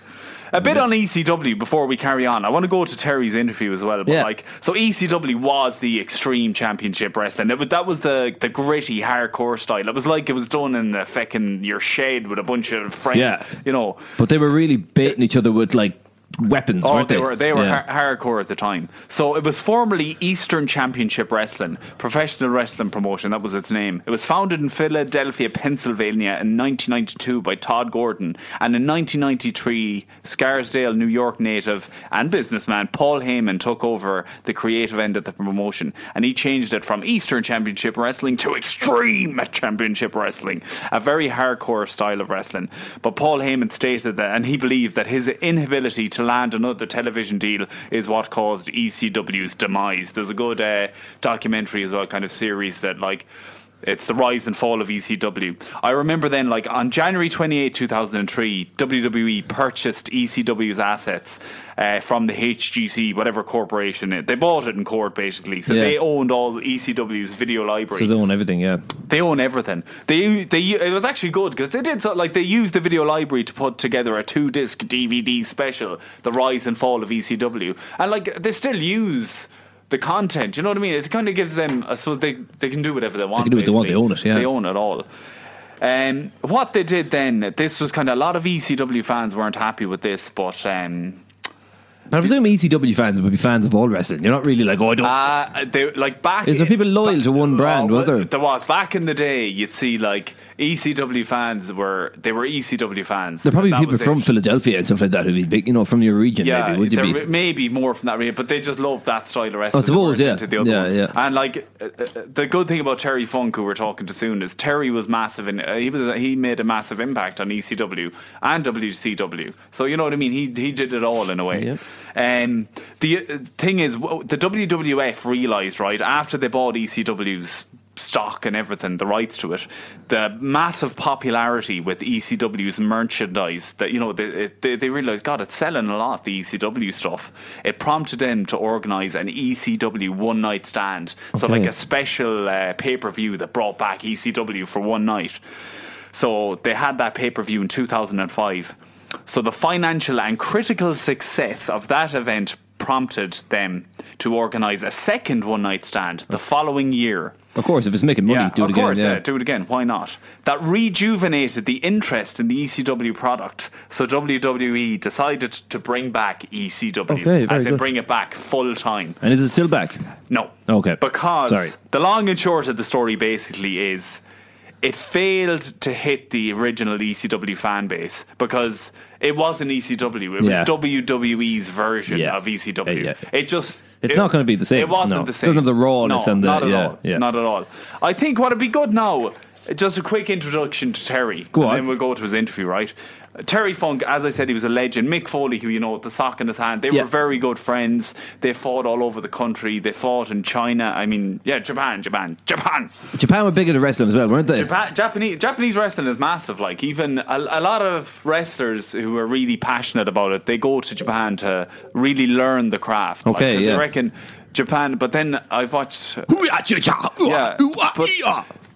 [SPEAKER 3] A bit on ECW before we carry on. I want to go to Terry's interview as well. But
[SPEAKER 2] Yeah.
[SPEAKER 3] like, so ECW was the Extreme Championship Wrestling. That was, that was the the gritty hardcore style. It was like it was done in a feckin' your shed with a bunch of friends.
[SPEAKER 2] Yeah.
[SPEAKER 3] You know,
[SPEAKER 2] But they were really baiting each other with like weapons.
[SPEAKER 3] Oh,
[SPEAKER 2] weren't
[SPEAKER 3] they,
[SPEAKER 2] they?
[SPEAKER 3] were they were
[SPEAKER 2] Yeah.
[SPEAKER 3] har- hardcore at the time. So it was formerly Eastern Championship Wrestling, professional wrestling promotion. That was its name. It was founded in Philadelphia, Pennsylvania, in 1992 by Todd Gordon, and in 1993, Scarsdale, New York native and businessman Paul Heyman took over the creative end of the promotion, and he changed it from Eastern Championship Wrestling to Extreme Championship Wrestling, a very hardcore style of wrestling. But Paul Heyman stated that, and he believed that his inability to land another television deal is what caused ECW's demise. There's a good uh, documentary as well, kind of series that like. It's the rise and fall of ECW. I remember then, like on January 28, 2003, WWE E purchased ECW's assets uh, from the HGC, whatever corporation. It, they bought it in court, basically. So
[SPEAKER 2] Yeah.
[SPEAKER 3] they owned all ECW's video library.
[SPEAKER 2] So they own everything. Yeah.
[SPEAKER 3] They own everything. They they it was actually good because they did so, like they used the video library to put together a two disc DVD special, the rise and fall of ECW, and like they still use the content. You know what I mean? It kind of gives them. I suppose they they can do whatever they want.
[SPEAKER 2] can do what they want, they
[SPEAKER 3] basically.
[SPEAKER 2] own it, yeah.
[SPEAKER 3] they own it all. Um, what they did then, this was kind of a lot of ECW fans weren't happy with this, but um,
[SPEAKER 2] And I presume ECW E fans would be fans of all wrestling. You're not really like, oh, I don't.
[SPEAKER 3] Uh, they, like back.
[SPEAKER 2] Is there people loyal to one brand, was there?
[SPEAKER 3] There was back in the day. You'd see like ECW fans were they were ECW fans.
[SPEAKER 2] They're probably
[SPEAKER 3] That
[SPEAKER 2] people
[SPEAKER 3] was it.
[SPEAKER 2] from Philadelphia and stuff like that who'd be big, you know, from your region.
[SPEAKER 3] Yeah,
[SPEAKER 2] maybe would you
[SPEAKER 3] they're
[SPEAKER 2] be? Oh,
[SPEAKER 3] re- maybe more from that region, but they just love that style of wrestling.
[SPEAKER 2] I suppose,
[SPEAKER 3] They weren't
[SPEAKER 2] yeah.
[SPEAKER 3] into the other
[SPEAKER 2] Yeah,
[SPEAKER 3] ones.
[SPEAKER 2] yeah.
[SPEAKER 3] And like uh, uh, the good thing about Terry Funk, who we're talking to soon, is Terry was massive, and uh, he was he made a massive impact on ECW and WCW. So you know what I mean. He he did it all in a way.
[SPEAKER 2] Yeah.
[SPEAKER 3] Um, the uh, thing is, w- the WWF realized right after they bought ECW's stock and everything, the rights to it, the massive popularity with ECW's merchandise. That you know, they they, they realized, God, it's selling a lot. The ECW stuff. It prompted them to organize an ECW one night stand. So
[SPEAKER 2] Okay.
[SPEAKER 3] like a special uh, pay per view that brought back ECW for one night. So they had that pay per view in 2005. So the financial and critical success of that event prompted them to organise a second one night stand the following year.
[SPEAKER 2] Of course, if it's making money, do it
[SPEAKER 3] of
[SPEAKER 2] again.
[SPEAKER 3] course,
[SPEAKER 2] yeah.
[SPEAKER 3] yeah, do it again. Why not? That rejuvenated the interest in the ECW product, so WWE decided to bring back ECW.
[SPEAKER 2] Okay, very
[SPEAKER 3] as they
[SPEAKER 2] good.
[SPEAKER 3] bring it back full time.
[SPEAKER 2] and is it still back?
[SPEAKER 3] No.
[SPEAKER 2] Okay.
[SPEAKER 3] Because
[SPEAKER 2] Sorry.
[SPEAKER 3] the long and short of the story basically is it failed to hit the original ECW fan base because it wasn't ECW. It
[SPEAKER 2] Yeah.
[SPEAKER 3] was WWE's version
[SPEAKER 2] Yeah.
[SPEAKER 3] of ECW.
[SPEAKER 2] Yeah, yeah.
[SPEAKER 3] It just.
[SPEAKER 2] It's
[SPEAKER 3] it-
[SPEAKER 2] not gonna be the same.
[SPEAKER 3] It wasn't
[SPEAKER 2] No.
[SPEAKER 3] the same.
[SPEAKER 2] Doesn't have the rawness
[SPEAKER 3] no,
[SPEAKER 2] and the-
[SPEAKER 3] Not at
[SPEAKER 2] yeah,
[SPEAKER 3] all.
[SPEAKER 2] yeah.
[SPEAKER 3] Not at all. I think what would be good now, just a quick introduction to Terry.
[SPEAKER 2] Go
[SPEAKER 3] and
[SPEAKER 2] on.
[SPEAKER 3] Then we'll go to his interview, right? Terry Funk, as I said, he was a legend. Mick Foley, who you know, with the sock in his hand, they
[SPEAKER 2] Yeah.
[SPEAKER 3] were very good friends. They fought all over the country. They fought in China. I mean, yeah, Japan, Japan, Japan.
[SPEAKER 2] Japan were big into wrestling as well, weren't they?
[SPEAKER 3] Japan Japanese Japanese wrestling is massive. Like even a, a lot of wrestlers who are really passionate about it, they go to Japan to really learn the craft. Like,
[SPEAKER 2] Okay,
[SPEAKER 3] 'cause
[SPEAKER 2] yeah.
[SPEAKER 3] I reckon Japan. But then I've watched yeah, but-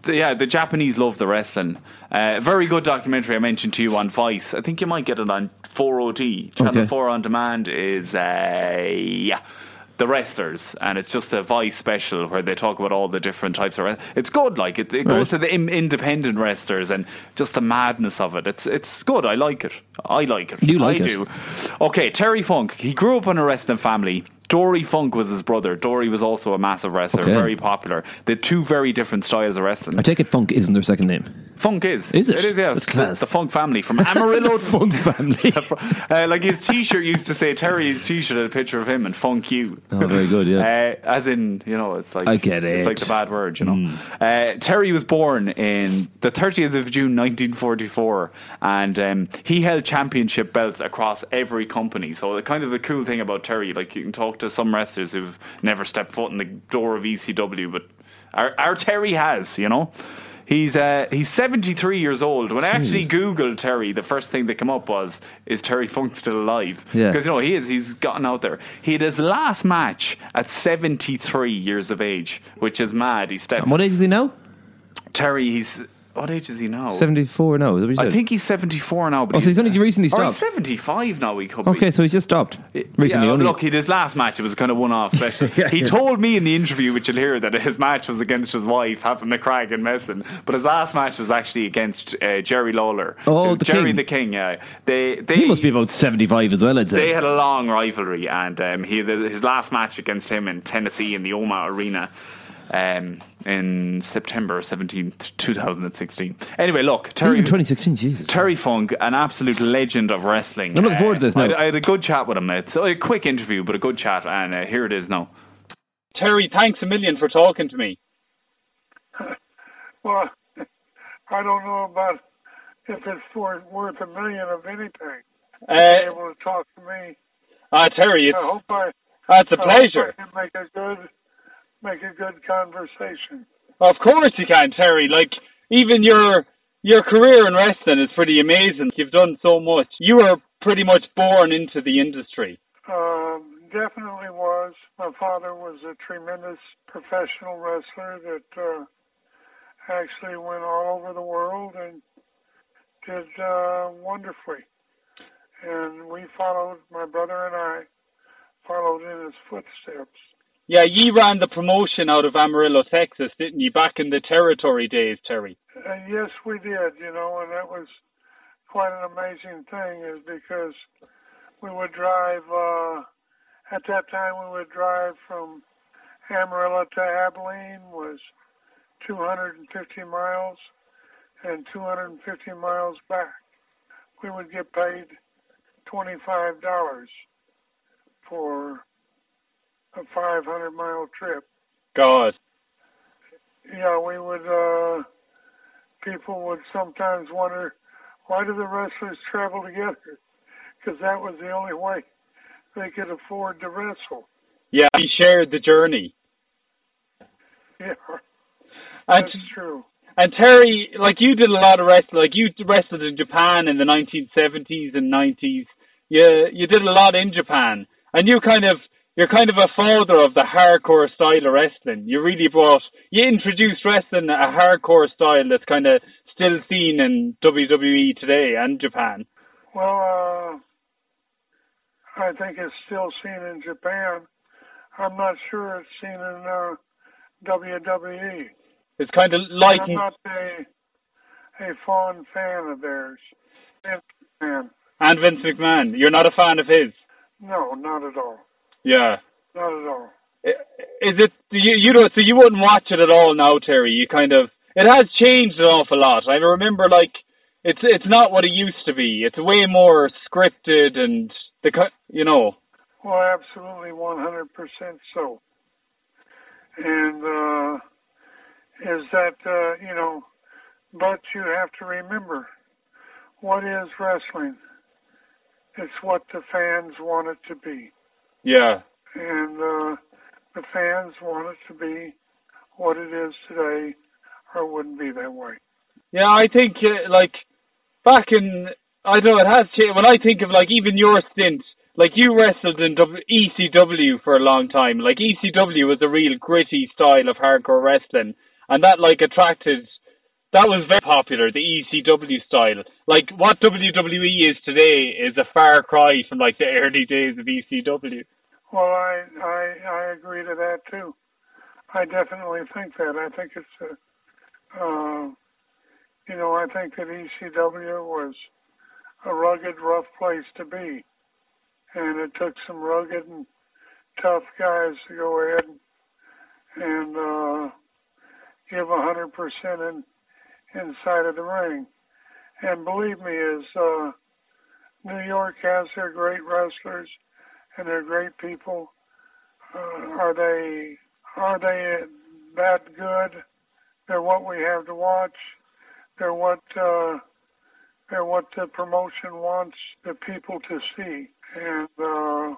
[SPEAKER 3] the- yeah, the Japanese love the wrestling. Uh, very good documentary I mentioned to you on Vice. I think you might get it on 4OD. Channel
[SPEAKER 2] Okay.
[SPEAKER 3] 4 on demand is uh, yeah, The Wrestlers, and it's just a Vice special where they talk about all the different types of wrestling. It's good, like it, it
[SPEAKER 2] Right.
[SPEAKER 3] goes to the im- independent wrestlers and just the madness of it. It's it's good. I like it. I like it.
[SPEAKER 2] You like
[SPEAKER 3] I
[SPEAKER 2] it.
[SPEAKER 3] do. Okay, Terry Funk. He grew up in a wrestling family. Dory Funk was his brother. Dory was also a massive wrestler,
[SPEAKER 2] Okay.
[SPEAKER 3] very popular. They're two very different styles of wrestling.
[SPEAKER 2] I take it Funk isn't their second name.
[SPEAKER 3] Funk is.
[SPEAKER 2] Is it?
[SPEAKER 3] It is, yeah.
[SPEAKER 2] That's
[SPEAKER 3] The-
[SPEAKER 2] class.
[SPEAKER 3] The, Funk family from Amarillo.
[SPEAKER 2] Funk family.
[SPEAKER 3] uh, like his t shirt used to say, Terry's t shirt had a picture of him and Funk you.
[SPEAKER 2] Oh, very good, yeah.
[SPEAKER 3] Uh, as in, you know, it's like.
[SPEAKER 2] I get
[SPEAKER 3] It's
[SPEAKER 2] it.
[SPEAKER 3] like the bad word, you know. Uh, Terry was born in the 30th of June 1944 and um, he held championship belts across every company. So, the kind of the cool thing about Terry, like you can talk to some wrestlers who've never stepped foot in the door of ECW, but our, our Terry has, you know. He's uh, he's 73 years old. When I actually googled Terry, the first thing that came up was is Terry Funk still alive?
[SPEAKER 2] Yeah.
[SPEAKER 3] Because you know he is. He's gotten out there. He had his last match at 73 years of age, which is mad. He stepped.
[SPEAKER 2] And what age is he now?
[SPEAKER 3] Terry, he's what age is he now?
[SPEAKER 2] 74 now. oh, Is that what you
[SPEAKER 3] I
[SPEAKER 2] said?
[SPEAKER 3] think he's 74 now. But
[SPEAKER 2] Oh, so he's only recently
[SPEAKER 3] Or he's
[SPEAKER 2] stopped.
[SPEAKER 3] 75 now. He could be.
[SPEAKER 2] Okay, so he's just stopped recently.
[SPEAKER 3] Yeah,
[SPEAKER 2] only.
[SPEAKER 3] look, he, his last match it was kind of one-off special. he told me in the interview, which you'll hear, that his match was against his wife, having the crack and messing. But his last match was actually against uh, Jerry Lawler.
[SPEAKER 2] Oh,
[SPEAKER 3] Who-
[SPEAKER 2] the
[SPEAKER 3] Jerry
[SPEAKER 2] King.
[SPEAKER 3] the King. Yeah, they they
[SPEAKER 2] he must be about 75 as well, I'd
[SPEAKER 3] they
[SPEAKER 2] say.
[SPEAKER 3] had a long rivalry, and um, he his last match against him in Tennessee in the Omaha Arena um, in September 17th, 2016. Anyway, look, Terry.
[SPEAKER 2] Even 2016, Jesus.
[SPEAKER 3] Terry Funk, an absolute legend of wrestling. Uh,
[SPEAKER 2] I'm looking forward to this now.
[SPEAKER 3] I, I had a good chat with him. It's a quick interview, but a good chat, and uh, here it is now.
[SPEAKER 4] Terry, thanks a million for talking to me.
[SPEAKER 5] Well, I don't know about if it's worth, worth a million of anything.
[SPEAKER 4] Uh,
[SPEAKER 5] Able to talk to me.
[SPEAKER 4] uh, Terry, it's,
[SPEAKER 5] I hope I.
[SPEAKER 4] uh, it's a
[SPEAKER 5] I hope I
[SPEAKER 4] pleasure.
[SPEAKER 5] can make a good, make a good conversation.
[SPEAKER 4] Of course you can, Terry. Like, even your your career in wrestling is pretty amazing. You've done so much. You were pretty much born into the industry.
[SPEAKER 5] Um, definitely was. My father was a tremendous professional wrestler that uh, actually went all over the world and did uh, wonderfully. And we followed. My brother and I followed in his footsteps.
[SPEAKER 4] Yeah, you ran the promotion out of Amarillo, Texas, didn't you? Back in the territory days, Terry.
[SPEAKER 5] And Uh, yes, we did, you know, and that was quite an amazing thing is because we would drive, uh, at that time we would drive from Amarillo to Abilene was 250 miles and 250 miles back. We would get paid $25 for a 500 mile trip
[SPEAKER 4] God.
[SPEAKER 5] yeah, we would, uh, people would sometimes wonder, why do the wrestlers travel together? Because that was the only way they could afford to wrestle.
[SPEAKER 4] Yeah, he shared the journey.
[SPEAKER 5] Yeah,
[SPEAKER 4] And,
[SPEAKER 5] that's true.
[SPEAKER 4] and Terry, like, you did a lot of wrestling. Like, you wrestled in Japan in the 1970s and 90s. You, you did a lot in Japan. And you kind of, you're kind of a father of the hardcore style of wrestling. You really brought, you introduced wrestling a hardcore style that's kind of still seen in WWE today and Japan.
[SPEAKER 5] Well, uh, I think it's still seen in Japan, I'm not sure it's seen in uh, WWE.
[SPEAKER 4] It's kind of like
[SPEAKER 5] I'm not a a fond fan of theirs. And- And
[SPEAKER 4] and Vince McMahon. You're not a fan of his.
[SPEAKER 5] no, not at all.
[SPEAKER 4] Yeah.
[SPEAKER 5] Not at all.
[SPEAKER 4] Is it you? You don't. So you wouldn't watch it at all now, Terry. You kind of. It has changed an awful lot. I remember, like, it's it's not what it used to be. It's way more scripted and the co- you know.
[SPEAKER 5] Well, absolutely, 100% so. And uh, is that, uh, you know, but you have to remember what is wrestling? It's what the fans want it to be.
[SPEAKER 4] Yeah.
[SPEAKER 5] And uh, the fans want it to be what it is today, or it wouldn't be that way.
[SPEAKER 4] Yeah, I think uh, like back in I don't know it has changed. When I think of like even your stint, like you wrestled in w- ECW for a long time. Like ECW was a real gritty style of hardcore wrestling, and that like attracted. That was very popular, the ECW style. Like what WWE is today is a far cry from like the early days of E ECW.
[SPEAKER 5] Well, I, I I agree to that too. I definitely think that. I think it's a, uh, you know, I think that ECW was a rugged, rough place to be, and it took some rugged and tough guys to go ahead and, and uh, give a hundred percent in inside of the ring. And believe me, is uh, New York has their great wrestlers and they're great people. Uh, are they are they that good? They're what we have to watch. They're what uh, they're what the promotion wants the people to see. And uh,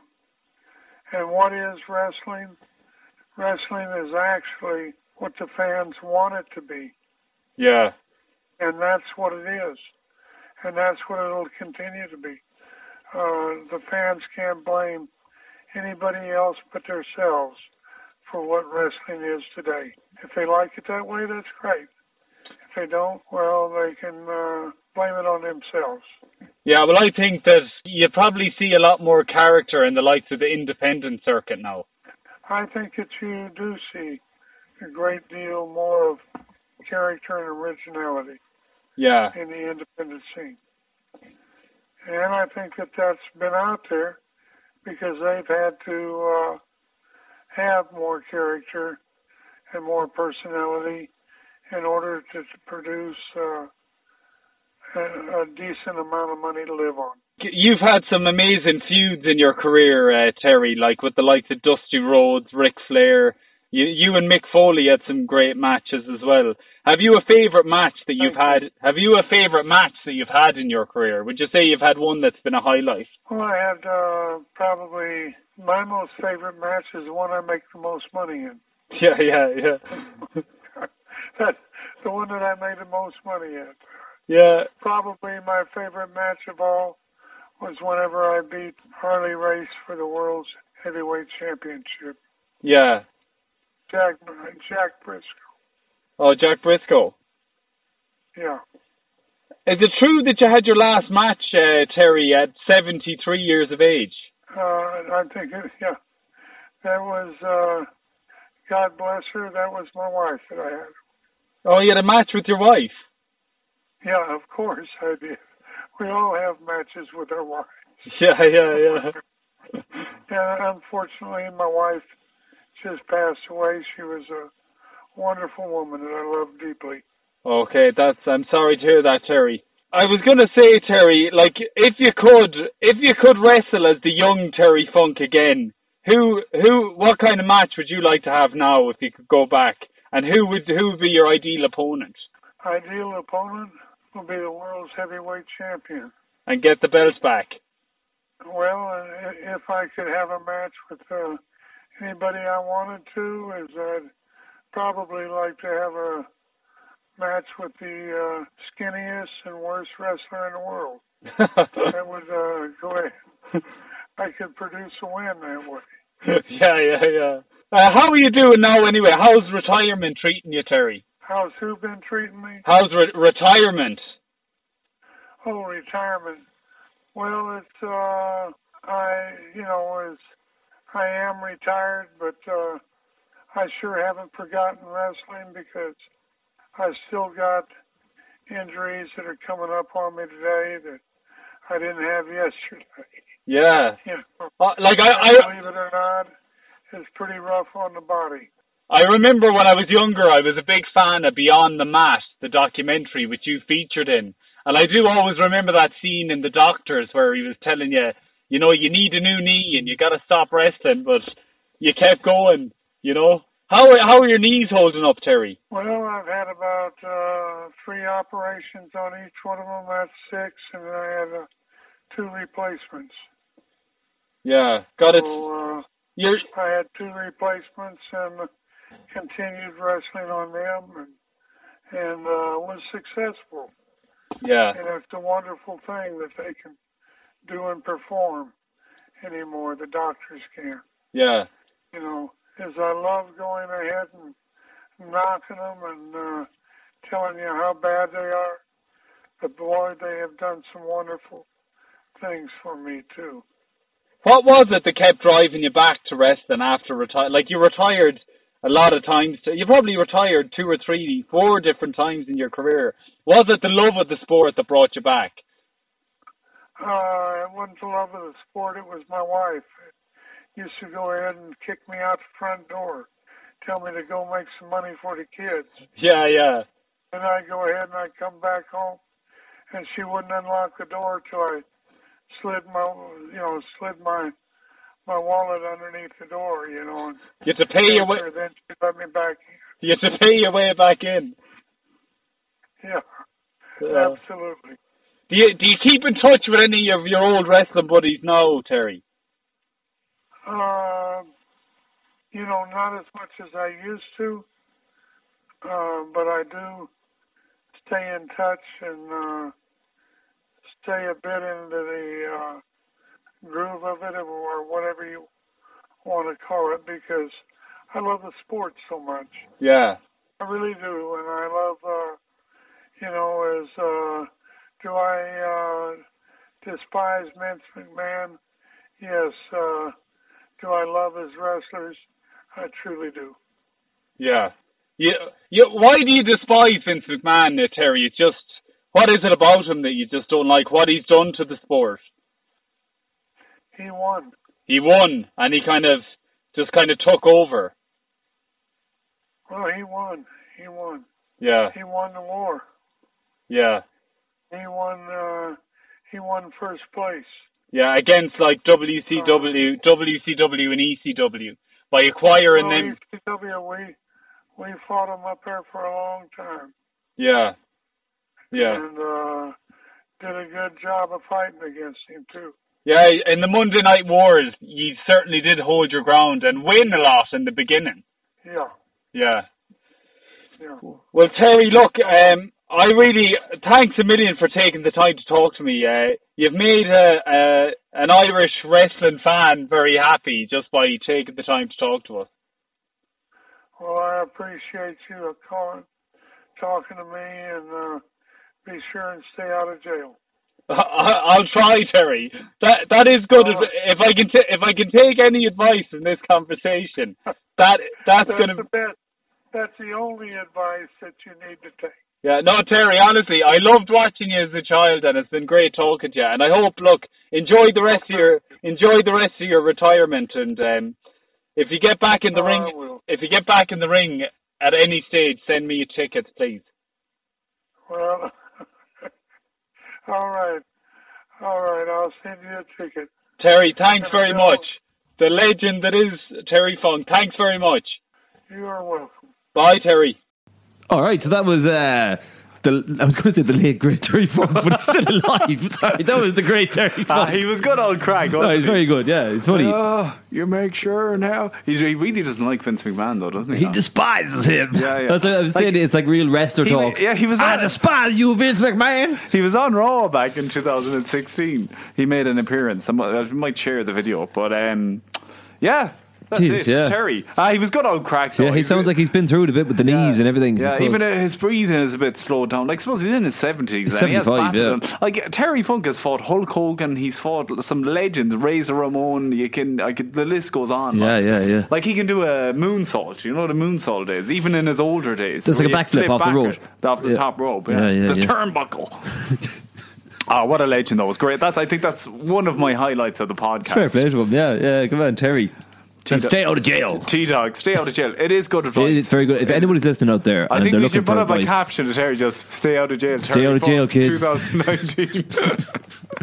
[SPEAKER 5] and what is wrestling? Wrestling is actually what the fans want it to be,
[SPEAKER 4] Yeah,
[SPEAKER 5] and that's what it is, and that's what it'll continue to be uh, the fans can't blame anybody else but themselves for what wrestling is today. If they like it that way, that's great. If they don't, well, they can uh, blame it on themselves.
[SPEAKER 4] yeah. Well, I think that you probably see a lot more character in the likes of the independent circuit now.
[SPEAKER 5] I think that you do see a great deal more of character and originality
[SPEAKER 4] Yeah.
[SPEAKER 5] in the independent scene. And I think that that's been out there because they've had to uh, have more character and more personality in order to produce uh, a, a decent amount of money to live on.
[SPEAKER 4] you've had some amazing feuds in your career, uh, Terry, like with the likes of Dusty Rhodes, Ric Flair. You, you and Mick Foley had some great matches as well. Have you a favorite match that you've had? Have you a favorite match that you've had in your career? Would you say you've had one that's been a highlight?
[SPEAKER 5] Well, I had uh, probably my most favorite match is the one I make the most money in.
[SPEAKER 4] Yeah, yeah, yeah,
[SPEAKER 5] That's the one that I made the most money at.
[SPEAKER 4] yeah,
[SPEAKER 5] probably my favorite match of all was whenever I beat Harley Race for the World's Heavyweight Championship.
[SPEAKER 4] yeah.
[SPEAKER 5] Jack Jack Briscoe.
[SPEAKER 4] Oh, Jack Briscoe.
[SPEAKER 5] Yeah.
[SPEAKER 4] Is it true that you had your last match, uh, Terry, at 73 years of age?
[SPEAKER 5] Uh, I think it, yeah. That was uh, God bless her. That was my wife that I had.
[SPEAKER 4] Oh, you had a match with your wife.
[SPEAKER 5] Yeah, of course I did. We all have matches with our wives.
[SPEAKER 4] Yeah, yeah, yeah.
[SPEAKER 5] And unfortunately, my wife just passed away. She was a wonderful woman that I loved deeply.
[SPEAKER 4] Okay, that's. I'm sorry to hear that, Terry. I was gonna say, Terry, like if you could, if you could wrestle as the young Terry Funk again, who, who, what kind of match would you like to have now if you could go back? And who would, who would be your ideal opponent?
[SPEAKER 5] ideal opponent will be the world's heavyweight champion.
[SPEAKER 4] And get the belts back.
[SPEAKER 5] Well, uh, i- if I could have a match with uh, anybody I wanted to, is I'd probably like to have a match with the uh, skinniest and worst wrestler in the world. That would uh, go ahead. I could produce a win that way.
[SPEAKER 4] yeah, yeah, yeah. Uh, how are you doing now, anyway? How's retirement treating you, Terry?
[SPEAKER 5] How's who been treating me?
[SPEAKER 4] How's re- retirement?
[SPEAKER 5] Oh, retirement. Well, it's uh, I, you know, is I am retired, but uh, I sure haven't forgotten wrestling because I've still got injuries that are coming up on me today that I didn't have yesterday.
[SPEAKER 4] Yeah.
[SPEAKER 5] You know,
[SPEAKER 4] Uh, like I, I,
[SPEAKER 5] believe it or not, it's pretty rough on the body.
[SPEAKER 4] I remember when I was younger, I was a big fan of Beyond the Mat, the documentary which you featured in. And I do always remember that scene in The Doctors where he was telling you, you know, you need a new knee and you got to stop resting, but you kept going, you know. How, how are your knees holding up, Terry?
[SPEAKER 5] Well, I've had about uh, three operations on each one of them. That's six, and I had uh, two replacements.
[SPEAKER 4] Yeah, got it.
[SPEAKER 5] So uh,
[SPEAKER 4] You're,
[SPEAKER 5] I had two replacements and continued wrestling on them, and, and uh, was successful.
[SPEAKER 4] yeah,
[SPEAKER 5] And it's a wonderful thing that they can do and perform anymore. The doctors can.
[SPEAKER 4] yeah,
[SPEAKER 5] you know, is I love going ahead and knocking them and uh, telling you how bad they are. But boy, they have done some wonderful things for me too.
[SPEAKER 4] What was it that kept driving you back to wrestling after retire? Like you retired a lot of times. You probably retired two or three, four different times in your career. Was it the love of the sport that brought you back?
[SPEAKER 5] Uh, it wasn't the love of the sport; it was my wife. It used to go ahead and kick me out the front door, tell me to go make some money for the kids.
[SPEAKER 4] Yeah, yeah,
[SPEAKER 5] And I go ahead and I come back home, and she wouldn't unlock the door till I slid my, you know, slid my my wallet underneath the door, you know. And
[SPEAKER 4] you had to pay your way.
[SPEAKER 5] then she let me back.
[SPEAKER 4] You had to pay your way back in.
[SPEAKER 5] in. Yeah,
[SPEAKER 4] Uh,
[SPEAKER 5] absolutely.
[SPEAKER 4] do you do you keep in touch with any of your old wrestling buddies now, Terry?
[SPEAKER 5] Uh, you know, not as much as I used to, uh, but I do stay in touch and uh, stay a bit into the uh, groove of it, or whatever you want to call it, because I love the sport so much.
[SPEAKER 4] Yeah,
[SPEAKER 5] I really do, and I love, uh, you know, is uh, do I uh, despise Vince McMahon? Yes. Uh, do I love his wrestlers? I truly do.
[SPEAKER 4] yeah. You, you, why do you despise Vince McMahon, uh, Terry? It's just what is it about him that you just don't like? What he's done to the sport?
[SPEAKER 5] He won.
[SPEAKER 4] he won and he kind of just kind of took over.
[SPEAKER 5] Well, he won. He won.
[SPEAKER 4] Yeah,
[SPEAKER 5] He won the war.
[SPEAKER 4] yeah,
[SPEAKER 5] He won. Uh, he won first place.
[SPEAKER 4] yeah. Against like WCW, WCW, and ECW by acquiring them.
[SPEAKER 5] Well, ECW, we we fought him up there for a long time.
[SPEAKER 4] Yeah, yeah,
[SPEAKER 5] And uh, did a good job of fighting against him too.
[SPEAKER 4] yeah. In the Monday Night Wars, you certainly did hold your ground and win a lot in the beginning.
[SPEAKER 5] Yeah.
[SPEAKER 4] Yeah.
[SPEAKER 5] Yeah.
[SPEAKER 4] Well, Terry, look, um, I really thanks a million for taking the time to talk to me. Uh, you've made a, a, an Irish wrestling fan very happy just by taking the time to talk to us.
[SPEAKER 5] Well, I appreciate you calling, talking to me, and uh, be sure and stay out of jail.
[SPEAKER 4] I, I'll try, Terry. That that is good. As, if I can, ta- if I can take any advice in this conversation, that that's
[SPEAKER 5] That's
[SPEAKER 4] gonna.
[SPEAKER 5] the best. That's the only advice that you need to take.
[SPEAKER 4] Yeah, no, Terry. Honestly, I loved watching you as a child, and it's been great talking to you. And I hope, look, enjoy the rest of your enjoy the rest of your retirement. And um, if you get back in the
[SPEAKER 5] Oh, I
[SPEAKER 4] ring,
[SPEAKER 5] will.
[SPEAKER 4] if you get back in the ring at any stage, send me a ticket, please.
[SPEAKER 5] Well, all right, all right. I'll send you a ticket.
[SPEAKER 4] Terry, thanks very
[SPEAKER 5] I will.
[SPEAKER 4] much. The legend that is Terry Funk. Thanks very much.
[SPEAKER 5] You are welcome.
[SPEAKER 4] Bye, Terry.
[SPEAKER 2] All right, so that was. Uh, the, I was going to say the late great Terry Funk, but he's still alive. Sorry, that was the great Terry
[SPEAKER 3] Ah,
[SPEAKER 2] Funk.
[SPEAKER 3] he was good old crack.
[SPEAKER 2] No,
[SPEAKER 3] Wasn't
[SPEAKER 2] he's
[SPEAKER 3] he?
[SPEAKER 2] very good. Yeah, it's funny.
[SPEAKER 3] Oh, you make sure now. He, he really doesn't like Vince McMahon, though, doesn't he?
[SPEAKER 2] He
[SPEAKER 3] now?
[SPEAKER 2] despises him.
[SPEAKER 3] Yeah, yeah.
[SPEAKER 2] That's what I was saying. It's like real wrestler
[SPEAKER 3] wa-
[SPEAKER 2] talk.
[SPEAKER 3] yeah, he was
[SPEAKER 2] I
[SPEAKER 3] on it."
[SPEAKER 2] despise you, Vince McMahon.
[SPEAKER 3] He was on Raw back in 2016. He made an appearance. I might, I might share the video, but um, yeah, That's
[SPEAKER 2] Jeez,
[SPEAKER 3] it,
[SPEAKER 2] yeah.
[SPEAKER 3] Terry. Ah, he was good on crack. though.
[SPEAKER 2] Yeah, he
[SPEAKER 3] was
[SPEAKER 2] sounds
[SPEAKER 3] good.
[SPEAKER 2] like he's been through it a bit with the knees and everything.
[SPEAKER 3] Yeah,
[SPEAKER 2] of course.
[SPEAKER 3] even uh, his breathing is a bit slowed down. Like, suppose he's in his seventies.
[SPEAKER 2] He's
[SPEAKER 3] and he has
[SPEAKER 2] 75,
[SPEAKER 3] batted
[SPEAKER 2] yeah.
[SPEAKER 3] him. Like Terry Funk has fought Hulk Hogan. He's fought some legends, Razor Ramon. You can, I could, the list goes on.
[SPEAKER 2] yeah,
[SPEAKER 3] like.
[SPEAKER 2] yeah, yeah.
[SPEAKER 3] Like he can do a moonsault. You know what a moonsault is, even in his older days.
[SPEAKER 2] That's like a
[SPEAKER 3] Where you
[SPEAKER 2] backflip off the
[SPEAKER 3] backward-
[SPEAKER 2] rope.
[SPEAKER 3] off the
[SPEAKER 2] Yeah.
[SPEAKER 3] top rope.
[SPEAKER 2] Yeah,
[SPEAKER 3] Yeah,
[SPEAKER 2] yeah,
[SPEAKER 3] the
[SPEAKER 2] yeah.
[SPEAKER 3] turnbuckle. Ah, what a legend! That was great. That's I think that's one of my highlights of the podcast.
[SPEAKER 2] Fair play to him. Yeah, yeah. Come on, Terry. Just stay out of jail.
[SPEAKER 3] T Dog, stay out of jail. It is good advice.
[SPEAKER 2] It is very good. If
[SPEAKER 3] It-
[SPEAKER 2] anybody's listening out there
[SPEAKER 3] I
[SPEAKER 2] and
[SPEAKER 3] think
[SPEAKER 2] they're
[SPEAKER 3] we
[SPEAKER 2] looking
[SPEAKER 3] should
[SPEAKER 2] for
[SPEAKER 3] put up a
[SPEAKER 2] advice,
[SPEAKER 3] caption to Terry just stay out of jail.
[SPEAKER 2] Stay
[SPEAKER 3] Terry
[SPEAKER 2] out of
[SPEAKER 3] Funk,
[SPEAKER 2] jail, kids."
[SPEAKER 3] 2019.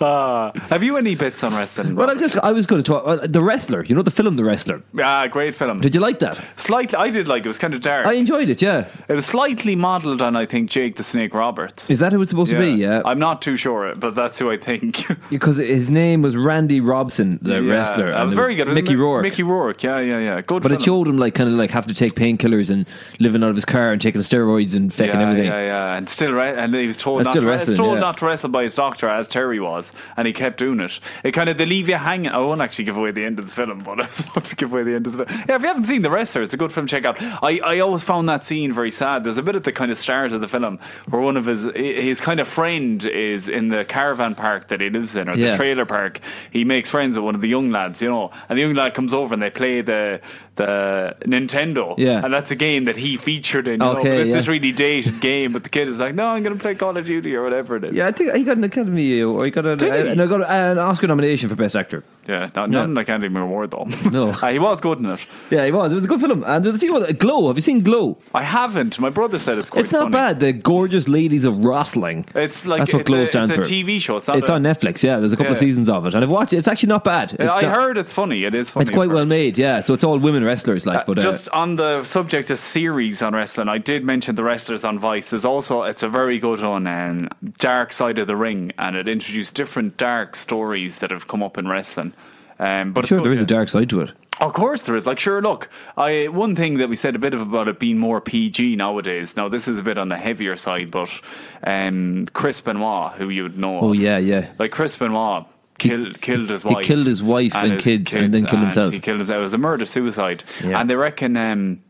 [SPEAKER 3] Ah, have you any bits on wrestling?
[SPEAKER 2] Well, I'm just. I was going to talk uh, the wrestler. You know the film, The Wrestler.
[SPEAKER 3] Ah, great film.
[SPEAKER 2] Did you like that?
[SPEAKER 3] Slightly, I did like it. It was kind of dark.
[SPEAKER 2] I enjoyed it. Yeah.
[SPEAKER 3] it was slightly modelled on, I think, Jake the Snake Roberts.
[SPEAKER 2] Is that who it's supposed to be? Yeah.
[SPEAKER 3] I'm not too sure, but that's who I think.
[SPEAKER 2] because his name was Randy Robson, the
[SPEAKER 3] Yeah,
[SPEAKER 2] wrestler.
[SPEAKER 3] uh,
[SPEAKER 2] and it
[SPEAKER 3] very
[SPEAKER 2] was
[SPEAKER 3] good. It was
[SPEAKER 2] Mickey
[SPEAKER 3] Mi-
[SPEAKER 2] Rourke.
[SPEAKER 3] Mickey Rourke. Yeah, yeah, yeah. Good.
[SPEAKER 2] but
[SPEAKER 3] film.
[SPEAKER 2] it showed him like kind of like having to take painkillers and living out of his car and taking steroids and
[SPEAKER 3] Yeah,
[SPEAKER 2] fecking everything.
[SPEAKER 3] yeah, yeah, and still, re- and he was told,
[SPEAKER 2] And
[SPEAKER 3] not,
[SPEAKER 2] still
[SPEAKER 3] to,
[SPEAKER 2] wrestling,
[SPEAKER 3] told
[SPEAKER 2] yeah.
[SPEAKER 3] not to wrestle by his doctor, as Terry was, and he kept doing it. It kind of they leave you hanging. Oh, I won't actually give away the end of the film, but I was about to give away the end of the film. Yeah, if you haven't seen the wrestler, it's a good film. to Check out. I, I always found that scene very sad. There's a bit at the kind of start of the film where one of his his kind of friend is in the caravan park that he lives in, or
[SPEAKER 2] Yeah.
[SPEAKER 3] the trailer park. He makes friends with one of the young lads, you know, and the young lad comes over and they play the the Nintendo,
[SPEAKER 2] Yeah.
[SPEAKER 3] and that's a game that he featured in. You know,
[SPEAKER 2] Okay,
[SPEAKER 3] but it's
[SPEAKER 2] yeah.
[SPEAKER 3] this really dated game, but the kid is like, no, I'm going to play Call of Duty or whatever it is.
[SPEAKER 2] Yeah, I think he got an Academy uh, or he got an,
[SPEAKER 3] Did he?
[SPEAKER 2] uh, no, got an Oscar nomination for Best Actor.
[SPEAKER 3] yeah not,
[SPEAKER 2] Yeah.
[SPEAKER 3] not an Academy Award though.
[SPEAKER 2] No.
[SPEAKER 3] Ah, he was good in it.
[SPEAKER 2] Yeah, it was. It was a good film, and there's a few other. Glow. Have you seen Glow?
[SPEAKER 3] I haven't. My brother said it's quite.
[SPEAKER 2] it's not
[SPEAKER 3] funny.
[SPEAKER 2] bad. The gorgeous ladies of wrestling.
[SPEAKER 3] It's like
[SPEAKER 2] That's what
[SPEAKER 3] it's,
[SPEAKER 2] Glow
[SPEAKER 3] a,
[SPEAKER 2] stands
[SPEAKER 3] it's a
[SPEAKER 2] for.
[SPEAKER 3] TV show. It's, not
[SPEAKER 2] It's
[SPEAKER 3] a-
[SPEAKER 2] on Netflix. Yeah, there's a couple of
[SPEAKER 3] Yeah.
[SPEAKER 2] seasons of it, and I've watched it. It's actually not bad. It's
[SPEAKER 3] I
[SPEAKER 2] not-
[SPEAKER 3] heard it's funny. It is funny.
[SPEAKER 2] It's quite
[SPEAKER 3] I've
[SPEAKER 2] well
[SPEAKER 3] heard.
[SPEAKER 2] made. Yeah, so it's all women wrestlers, like. but uh,
[SPEAKER 3] Just on the subject of series on wrestling, I did mention the wrestlers on Vice. There's also it's a very good one, um, Dark Side of the Ring, and it introduced different dark stories that have come up in wrestling. Um, but
[SPEAKER 2] I'm sure
[SPEAKER 3] it's
[SPEAKER 2] there is
[SPEAKER 3] good,
[SPEAKER 2] a dark side to it.
[SPEAKER 3] Of course there is. Like, sure, look, I one thing that we said a bit of about it being more PG nowadays. Now this is a bit on the heavier side, but um, Chris Benoit, who you would know,
[SPEAKER 2] Oh
[SPEAKER 3] of,
[SPEAKER 2] yeah, yeah.
[SPEAKER 3] like Chris Benoit killed killed his wife.
[SPEAKER 2] killed his wife and kids and then killed himself.
[SPEAKER 3] He killed himself. It was a murder suicide,
[SPEAKER 2] Yeah.
[SPEAKER 3] and they reckon. Um,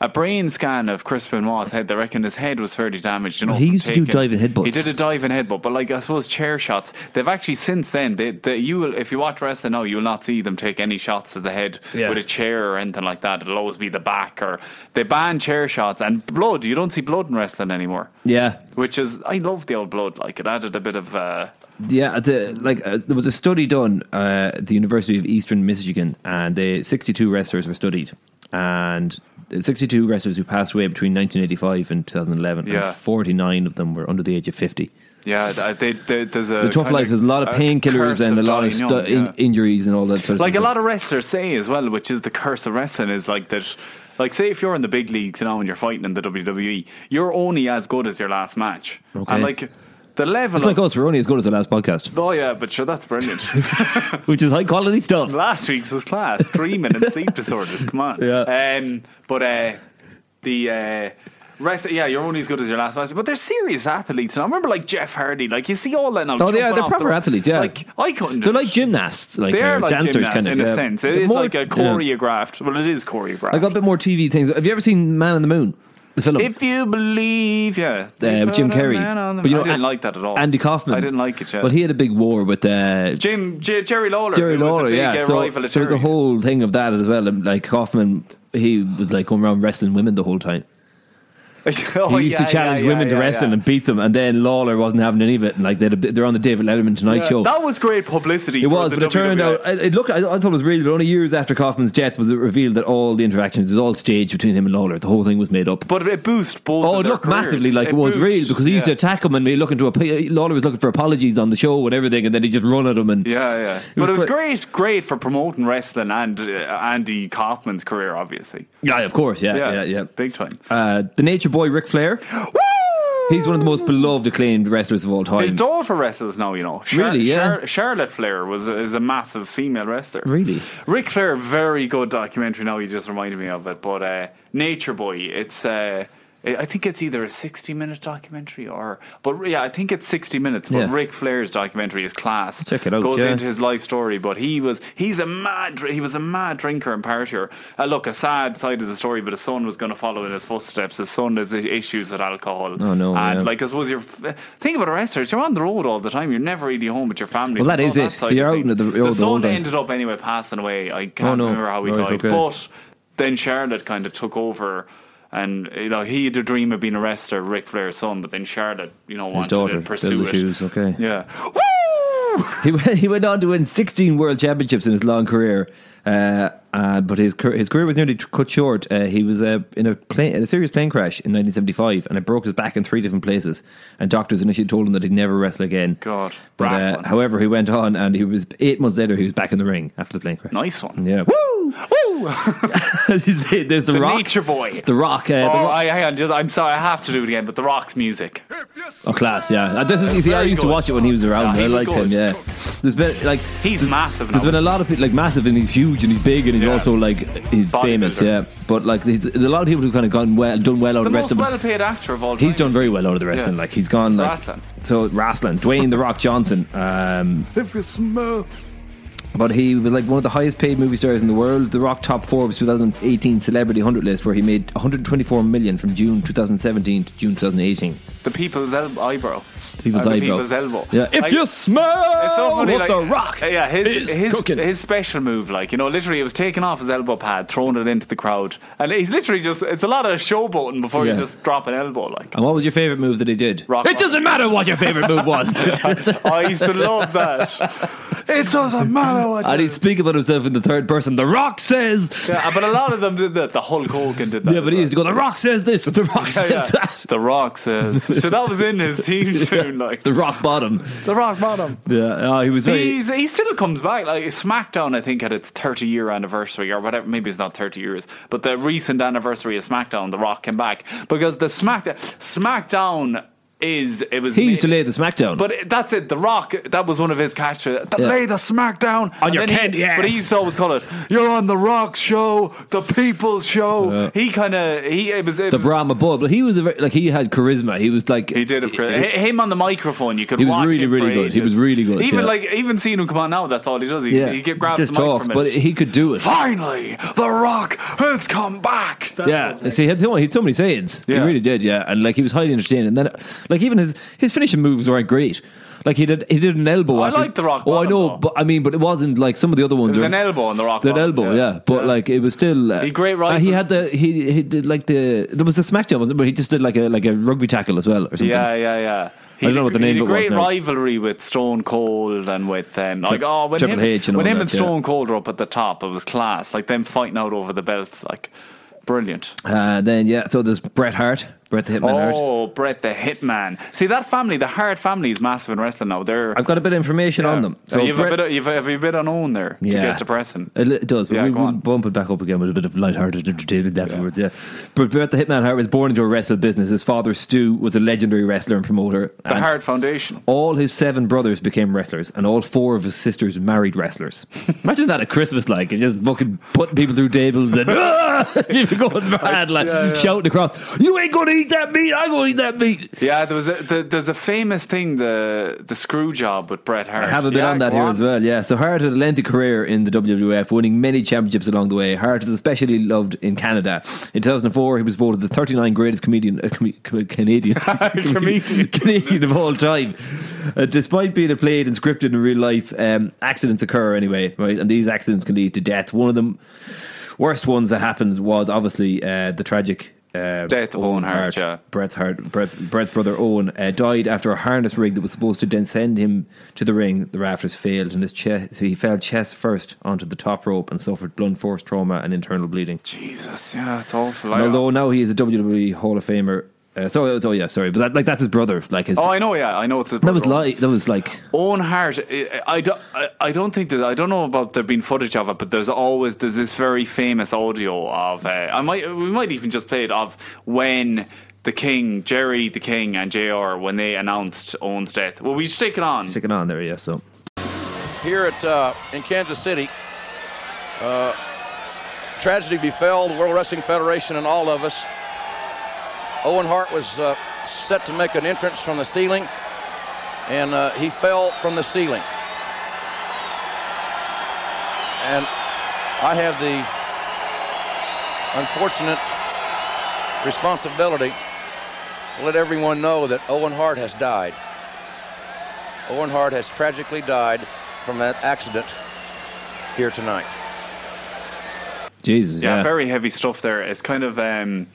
[SPEAKER 3] a brain scan of Chris Benoit's head. They reckon his head was fairly damaged. You know,
[SPEAKER 2] Well, he
[SPEAKER 3] from
[SPEAKER 2] used to do diving
[SPEAKER 3] taking-
[SPEAKER 2] headbutts.
[SPEAKER 3] He did a dive and headbutt, but like I suppose chair shots. They've actually since then. They, they you will if you watch wrestling now, you will not see them take any shots to the head
[SPEAKER 2] Yeah.
[SPEAKER 3] with a chair or anything like that. It'll always be the back or they ban chair shots and blood. You don't see blood in wrestling anymore.
[SPEAKER 2] Yeah,
[SPEAKER 3] Which is, I love the old blood. Like it added a bit of uh,
[SPEAKER 2] yeah. The, like uh, there was a study done uh, at the University of Eastern Michigan, and they 62 wrestlers were studied, and the 62 wrestlers who passed away between 1985 and 2011,
[SPEAKER 3] Yeah.
[SPEAKER 2] and 49 of them were under the age of 50.
[SPEAKER 3] yeah. th- They, they, there's a
[SPEAKER 2] The tough
[SPEAKER 3] kind
[SPEAKER 2] life.
[SPEAKER 3] of-
[SPEAKER 2] There's a lot of painkillers
[SPEAKER 3] curse
[SPEAKER 2] and a lot of
[SPEAKER 3] dying
[SPEAKER 2] stu-
[SPEAKER 3] young, yeah.
[SPEAKER 2] in, injuries and all that sort of
[SPEAKER 3] like a
[SPEAKER 2] stuff.
[SPEAKER 3] lot of wrestlers say as well, which is the curse of wrestling is like that. Like, say if you're in the big leagues now and you're fighting in the WWE, you're only as good as your last match.
[SPEAKER 2] Okay.
[SPEAKER 3] And like the level,
[SPEAKER 2] It's
[SPEAKER 3] of,
[SPEAKER 2] like us. We're only as good as our last podcast,
[SPEAKER 3] oh yeah, but sure, that's brilliant.
[SPEAKER 2] which is high quality stuff.
[SPEAKER 3] last week's was class dreaming and sleep disorders. Come on,
[SPEAKER 2] Yeah.
[SPEAKER 3] Um, but uh, the. Uh, Rest, yeah, you're only as good as your last match, but they're serious athletes. And I remember, like Jeff Hardy, like you see all that now.
[SPEAKER 2] Oh, they are.
[SPEAKER 3] jumping
[SPEAKER 2] They're
[SPEAKER 3] off the
[SPEAKER 2] proper
[SPEAKER 3] ro-
[SPEAKER 2] athletes, yeah.
[SPEAKER 3] like I couldn't. do
[SPEAKER 2] They're
[SPEAKER 3] it.
[SPEAKER 2] like gymnasts, like
[SPEAKER 3] They are
[SPEAKER 2] uh,
[SPEAKER 3] like
[SPEAKER 2] dancers,
[SPEAKER 3] gymnasts
[SPEAKER 2] kind of
[SPEAKER 3] in
[SPEAKER 2] yeah.
[SPEAKER 3] a sense. It
[SPEAKER 2] They're
[SPEAKER 3] is
[SPEAKER 2] more-
[SPEAKER 3] like a
[SPEAKER 2] yeah.
[SPEAKER 3] choreographed. Well, it is choreographed.
[SPEAKER 2] I got a bit more TV things. Have you ever seen Man on the Moon? The film.
[SPEAKER 3] if you believe, yeah, They
[SPEAKER 2] uh, with Jim
[SPEAKER 3] put a
[SPEAKER 2] Carrey.
[SPEAKER 3] man on the- I didn't
[SPEAKER 2] An-
[SPEAKER 3] like that at all.
[SPEAKER 2] Andy Kaufman.
[SPEAKER 3] I didn't like it. Yeah.
[SPEAKER 2] Well, he had a big war with uh,
[SPEAKER 3] Jim J- Jerry Lawler.
[SPEAKER 2] Jerry
[SPEAKER 3] who was a
[SPEAKER 2] Lawler.
[SPEAKER 3] big,
[SPEAKER 2] Yeah,
[SPEAKER 3] uh,
[SPEAKER 2] so
[SPEAKER 3] rival of
[SPEAKER 2] there was a
[SPEAKER 3] Terry's.
[SPEAKER 2] whole thing of that as well. And like Kaufman, he was like going around wrestling women the whole time. He
[SPEAKER 3] Oh,
[SPEAKER 2] used
[SPEAKER 3] yeah,
[SPEAKER 2] to challenge
[SPEAKER 3] yeah,
[SPEAKER 2] women
[SPEAKER 3] yeah,
[SPEAKER 2] to
[SPEAKER 3] yeah,
[SPEAKER 2] wrestling
[SPEAKER 3] yeah.
[SPEAKER 2] and beat them, and then Lawler wasn't having any of it. And like they'd a bit- they're on the David Letterman Tonight
[SPEAKER 3] Yeah,
[SPEAKER 2] Show.
[SPEAKER 3] That was great publicity.
[SPEAKER 2] It
[SPEAKER 3] for
[SPEAKER 2] was,
[SPEAKER 3] the
[SPEAKER 2] but it turned
[SPEAKER 3] WWF.
[SPEAKER 2] out uh, it it looked. I, I thought it was real, but only years after Kaufman's death was it revealed that all the interactions was all staged between him and Lawler. The whole thing was made up.
[SPEAKER 3] But it boosted both.
[SPEAKER 2] Oh,
[SPEAKER 3] of
[SPEAKER 2] it
[SPEAKER 3] their
[SPEAKER 2] looked
[SPEAKER 3] careers.
[SPEAKER 2] massively like it, was
[SPEAKER 3] boosted,
[SPEAKER 2] real because he used
[SPEAKER 3] yeah.
[SPEAKER 2] to attack him and he looking to a Lawler was looking for apologies on the show and everything, and then he just run at him and
[SPEAKER 3] Yeah, yeah.
[SPEAKER 2] was
[SPEAKER 3] but it was
[SPEAKER 2] quite-
[SPEAKER 3] great, great for promoting wrestling and uh, Andy Kaufman's career, obviously.
[SPEAKER 2] yeah, of course, yeah, yeah, yeah.
[SPEAKER 3] Big time.
[SPEAKER 2] Uh, the Nature Boy Ric Flair, he's one of the most beloved, acclaimed wrestlers of all time.
[SPEAKER 3] His daughter wrestles now, you know.
[SPEAKER 2] Really, yeah.
[SPEAKER 3] Char- Charlotte Flair was a, is a massive female wrestler.
[SPEAKER 2] Really?
[SPEAKER 3] Ric Flair, very good documentary. Now you just reminded me of it, but uh, Nature Boy, it's. Uh, I I think it's either a sixty-minute documentary or, but yeah, I think it's sixty minutes. But
[SPEAKER 2] Yeah.
[SPEAKER 3] Ric Flair's documentary is class.
[SPEAKER 2] Check it out,
[SPEAKER 3] Goes
[SPEAKER 2] yeah.
[SPEAKER 3] into his life story, but he was he's a mad dr- he was a mad drinker and partier. Uh, look, a sad side of the story, but his son was going to follow in his footsteps. His son has i- issues with alcohol.
[SPEAKER 2] Oh, no,
[SPEAKER 3] And
[SPEAKER 2] yeah.
[SPEAKER 3] like I suppose you're f- think about wrestlers, you're on the road all the time. You're never really home with your family.
[SPEAKER 2] Well, that
[SPEAKER 3] There's
[SPEAKER 2] is
[SPEAKER 3] all
[SPEAKER 2] it.
[SPEAKER 3] side of
[SPEAKER 2] You're out
[SPEAKER 3] things.
[SPEAKER 2] in the- all the whole
[SPEAKER 3] son
[SPEAKER 2] time.
[SPEAKER 3] ended up anyway passing away. I can't
[SPEAKER 2] Oh, no.
[SPEAKER 3] remember how he
[SPEAKER 2] Right,
[SPEAKER 3] died,
[SPEAKER 2] okay.
[SPEAKER 3] but then Charlotte kind of took over. And you know he had a dream of being a wrestler, Ric Flair's son. But then Charlotte, you know, wanted
[SPEAKER 2] daughter,
[SPEAKER 3] to pursue
[SPEAKER 2] Bella
[SPEAKER 3] it.
[SPEAKER 2] Hughes, okay.
[SPEAKER 3] Yeah. Woo!
[SPEAKER 2] He went, he went on to win 16 world championships in his long career, uh, uh, but his car- his career was nearly t- cut short. Uh, he was uh, in a plane, in a serious plane crash in 1975, and it broke his back in three different places. And doctors initially told him that he'd never wrestle again.
[SPEAKER 3] God,
[SPEAKER 2] But uh,
[SPEAKER 3] wrestling.
[SPEAKER 2] however, he went on, and he was eight months later. He was back in the ring after the plane crash.
[SPEAKER 3] Nice one.
[SPEAKER 2] Yeah. Woo! Woo! As you say, There's the,
[SPEAKER 3] The
[SPEAKER 2] rock.
[SPEAKER 3] Nature Boy.
[SPEAKER 2] The rock. Uh, the
[SPEAKER 3] Oh,
[SPEAKER 2] rock.
[SPEAKER 3] I, hang on, just, I'm sorry, I have to do it again. But the Rock's music,
[SPEAKER 2] Oh, class, yeah. Uh, This is, you see, I
[SPEAKER 3] Very
[SPEAKER 2] used
[SPEAKER 3] good.
[SPEAKER 2] to watch it when he was around.
[SPEAKER 3] Yeah, he
[SPEAKER 2] I
[SPEAKER 3] was
[SPEAKER 2] liked him.
[SPEAKER 3] good.
[SPEAKER 2] Yeah, there's been like
[SPEAKER 3] He's
[SPEAKER 2] there's-
[SPEAKER 3] massive
[SPEAKER 2] There's
[SPEAKER 3] now.
[SPEAKER 2] been a lot of people like massive, and he's huge, and he's big, and he's
[SPEAKER 3] Yeah.
[SPEAKER 2] also like he's
[SPEAKER 3] Bodybuilder.
[SPEAKER 2] famous. Yeah, but like he's, there's a lot of people who kind of gone well, done well out
[SPEAKER 3] the
[SPEAKER 2] of
[SPEAKER 3] most
[SPEAKER 2] wrestling. but
[SPEAKER 3] well-paid actor of all time.
[SPEAKER 2] He's done very well out of the wrestling.
[SPEAKER 3] Yeah.
[SPEAKER 2] Like he's gone like
[SPEAKER 3] Wrestling.
[SPEAKER 2] so wrestling. Dwayne the Rock Johnson. Um,
[SPEAKER 3] If you smell-
[SPEAKER 2] but he was like one of the highest paid movie stars in the world. The Rock top Forbes 2018 Celebrity 100 list, where he made 124 million from June 2017 to June 2018.
[SPEAKER 3] The people's el- eyebrow.
[SPEAKER 2] People's
[SPEAKER 3] Uh, the
[SPEAKER 2] eyebrow.
[SPEAKER 3] people's elbow.
[SPEAKER 2] Yeah. If
[SPEAKER 3] Like-
[SPEAKER 2] you smell
[SPEAKER 3] It's so funny,
[SPEAKER 2] what
[SPEAKER 3] like,
[SPEAKER 2] the rock
[SPEAKER 3] uh, yeah, his
[SPEAKER 2] is
[SPEAKER 3] his
[SPEAKER 2] cooking.
[SPEAKER 3] his special move, like you know, literally, it was taking off his elbow pad, throwing it into the crowd, and he's literally just—it's a lot of showboating before
[SPEAKER 2] Yeah.
[SPEAKER 3] you just drop an elbow, like.
[SPEAKER 2] and what was your favorite move that he did?
[SPEAKER 3] Rock
[SPEAKER 2] it
[SPEAKER 3] bottom.
[SPEAKER 2] doesn't matter what your favorite move was.
[SPEAKER 3] I used to love that. it doesn't matter what.
[SPEAKER 2] and
[SPEAKER 3] you-
[SPEAKER 2] he'd speak about himself in the third person. The Rock says.
[SPEAKER 3] yeah, but a lot of them did that. The Hulk Hogan did that.
[SPEAKER 2] Yeah,
[SPEAKER 3] as
[SPEAKER 2] but he
[SPEAKER 3] well.
[SPEAKER 2] used to go. The Rock says this. The Rock says
[SPEAKER 3] Yeah, yeah.
[SPEAKER 2] that.
[SPEAKER 3] The Rock says. So that was in his theme tune, like
[SPEAKER 2] The Rock bottom.
[SPEAKER 3] the Rock Bottom.
[SPEAKER 2] Yeah, oh, he was very.
[SPEAKER 3] He's, he still comes back. Like SmackDown, I think had its 30 year anniversary or whatever. Maybe it's not 30 years, but the recent anniversary of SmackDown, The Rock came back because the SmackDown SmackDown is it was
[SPEAKER 2] He
[SPEAKER 3] ma-
[SPEAKER 2] used to lay the smackdown.
[SPEAKER 3] But it- that's it. The Rock. That was one of his catchphrases. "The-
[SPEAKER 2] Yeah.
[SPEAKER 3] Lay the SmackDown
[SPEAKER 2] On your
[SPEAKER 3] then
[SPEAKER 2] kid,
[SPEAKER 3] He, But he
[SPEAKER 2] yes.
[SPEAKER 3] used to always call it. You're on the Rock show, the People's show.
[SPEAKER 2] Yeah.
[SPEAKER 3] He kind of he it was it
[SPEAKER 2] the
[SPEAKER 3] was,
[SPEAKER 2] Brahma bull, but he was a very, like he had charisma. He was like
[SPEAKER 3] He did, of course. H- Him on the microphone, you could.
[SPEAKER 2] He was
[SPEAKER 3] watch
[SPEAKER 2] really,
[SPEAKER 3] him
[SPEAKER 2] really
[SPEAKER 3] for
[SPEAKER 2] good. He
[SPEAKER 3] ages.
[SPEAKER 2] was really good,
[SPEAKER 3] Even
[SPEAKER 2] yeah.
[SPEAKER 3] like even seeing him come on now, that's all he does. He,
[SPEAKER 2] yeah,
[SPEAKER 3] he get- grabs
[SPEAKER 2] just
[SPEAKER 3] the mic
[SPEAKER 2] talks,
[SPEAKER 3] from
[SPEAKER 2] but
[SPEAKER 3] it.
[SPEAKER 2] he could do it.
[SPEAKER 3] Finally, The Rock has come back. That was
[SPEAKER 2] Yeah,
[SPEAKER 3] it.
[SPEAKER 2] see, he had so many, he had so many sayings. He
[SPEAKER 3] Yeah.
[SPEAKER 2] really did. Yeah, and like he was highly entertaining. And then, like even his his finishing moves weren't great. Like he did he did an elbow.
[SPEAKER 3] I
[SPEAKER 2] after-
[SPEAKER 3] like the rock
[SPEAKER 2] Oh, I
[SPEAKER 3] bottom,
[SPEAKER 2] know,
[SPEAKER 3] though.
[SPEAKER 2] but I mean, but it wasn't like some of the other ones.
[SPEAKER 3] It was
[SPEAKER 2] are-
[SPEAKER 3] an elbow on The Rock
[SPEAKER 2] An
[SPEAKER 3] bottom,
[SPEAKER 2] elbow,
[SPEAKER 3] yeah.
[SPEAKER 2] yeah. But
[SPEAKER 3] Yeah.
[SPEAKER 2] like it was still uh,
[SPEAKER 3] He great
[SPEAKER 2] uh,
[SPEAKER 3] right
[SPEAKER 2] he
[SPEAKER 3] from-
[SPEAKER 2] had the he he did like the there was the smackdown, wasn't it? But he just did like a like a rugby tackle as well or something.
[SPEAKER 3] yeah, yeah, yeah. He
[SPEAKER 2] I don't know what the
[SPEAKER 3] had a-
[SPEAKER 2] name
[SPEAKER 3] he
[SPEAKER 2] of
[SPEAKER 3] had
[SPEAKER 2] it
[SPEAKER 3] a
[SPEAKER 2] was
[SPEAKER 3] great
[SPEAKER 2] now.
[SPEAKER 3] rivalry with Stone Cold and with um, like oh when
[SPEAKER 2] Triple
[SPEAKER 3] him,
[SPEAKER 2] H and
[SPEAKER 3] when
[SPEAKER 2] all
[SPEAKER 3] him
[SPEAKER 2] that,
[SPEAKER 3] and
[SPEAKER 2] yeah.
[SPEAKER 3] Stone Cold were up at the top, it was class. Like them fighting out over the belts, like brilliant.
[SPEAKER 2] Uh, then yeah, so there's Bret Hart, Bret the Hitman Hart.
[SPEAKER 3] Oh, Brett the Hitman! See that family, the Hart family, is massive in wrestling now. They're
[SPEAKER 2] I've got a bit of information on them.
[SPEAKER 3] So you've
[SPEAKER 2] Bret-
[SPEAKER 3] a bit of, you've, have you bit on own there to get depressing.
[SPEAKER 2] It, it does, but
[SPEAKER 3] Yeah,
[SPEAKER 2] we,
[SPEAKER 3] go
[SPEAKER 2] we'll
[SPEAKER 3] on.
[SPEAKER 2] bump it back up again with a bit of lighthearted entertainment afterwards. Yeah. But Bret the Hitman Hart was born into a wrestling business. His father, Stu, was a legendary wrestler and promoter.
[SPEAKER 3] The
[SPEAKER 2] and
[SPEAKER 3] Hart Foundation.
[SPEAKER 2] all his seven brothers became wrestlers, and all four of his sisters married wrestlers. Imagine that at Christmas, like and just fucking putting people through tables and "Ah!" people going mad, like shouting across, "You ain't gonna eat that meat! I'm gonna eat that meat!"
[SPEAKER 3] Yeah, there was a, the, there's a famous thing the the screw job with Bret Hart.
[SPEAKER 2] I haven't been
[SPEAKER 3] Yeah,
[SPEAKER 2] on that
[SPEAKER 3] go
[SPEAKER 2] here as well. Yeah, so Hart had a lengthy career in the WWF, winning many championships along the way. Hart is especially loved in Canada. In 2004, he was voted the 39 greatest comedian uh, com- com- Canadian
[SPEAKER 3] Comedian.
[SPEAKER 2] Canadian of all time. Uh, despite being played and scripted in real life, um, accidents occur anyway, right? And these accidents can lead to death. One of them worst ones that happens was obviously uh, the tragic. Uh,
[SPEAKER 3] Death of Owen Hart, yeah.
[SPEAKER 2] Brett's, Hart, Brett, Brett's brother Owen uh, died after a harness rig that was supposed to then send him to the ring. The rafters failed, and his chest, so he fell chest first onto the top rope and suffered blunt force trauma and internal bleeding.
[SPEAKER 3] Jesus, yeah, it's awful.
[SPEAKER 2] And
[SPEAKER 3] I-
[SPEAKER 2] although now he is a WWE Hall of Famer, uh, so oh yeah, sorry, but that, like that's his brother. Like his,
[SPEAKER 3] oh, I know, yeah, I know. It's a
[SPEAKER 2] that was like that was like
[SPEAKER 3] Owen Hart, I, I, don't, I- I don't think that I don't know about there being footage of it, but there's always there's this very famous audio of uh, I might we might even just play it of when the King Jerry the King and Jr. when they announced Owen's death. Well, we stick it on.
[SPEAKER 2] sticking on there, yeah. So
[SPEAKER 6] here at uh, in Kansas City. Uh, tragedy befell the World Wrestling Federation and all of us. Owen Hart was uh, set to make an entrance from the ceiling, and uh, he fell from the ceiling. And I have the unfortunate responsibility to let everyone know that Owen Hart has died. Owen Hart has tragically died from an accident here tonight.
[SPEAKER 2] Jesus.
[SPEAKER 3] Yeah,
[SPEAKER 2] Yeah.
[SPEAKER 3] very heavy stuff there. It's kind of um,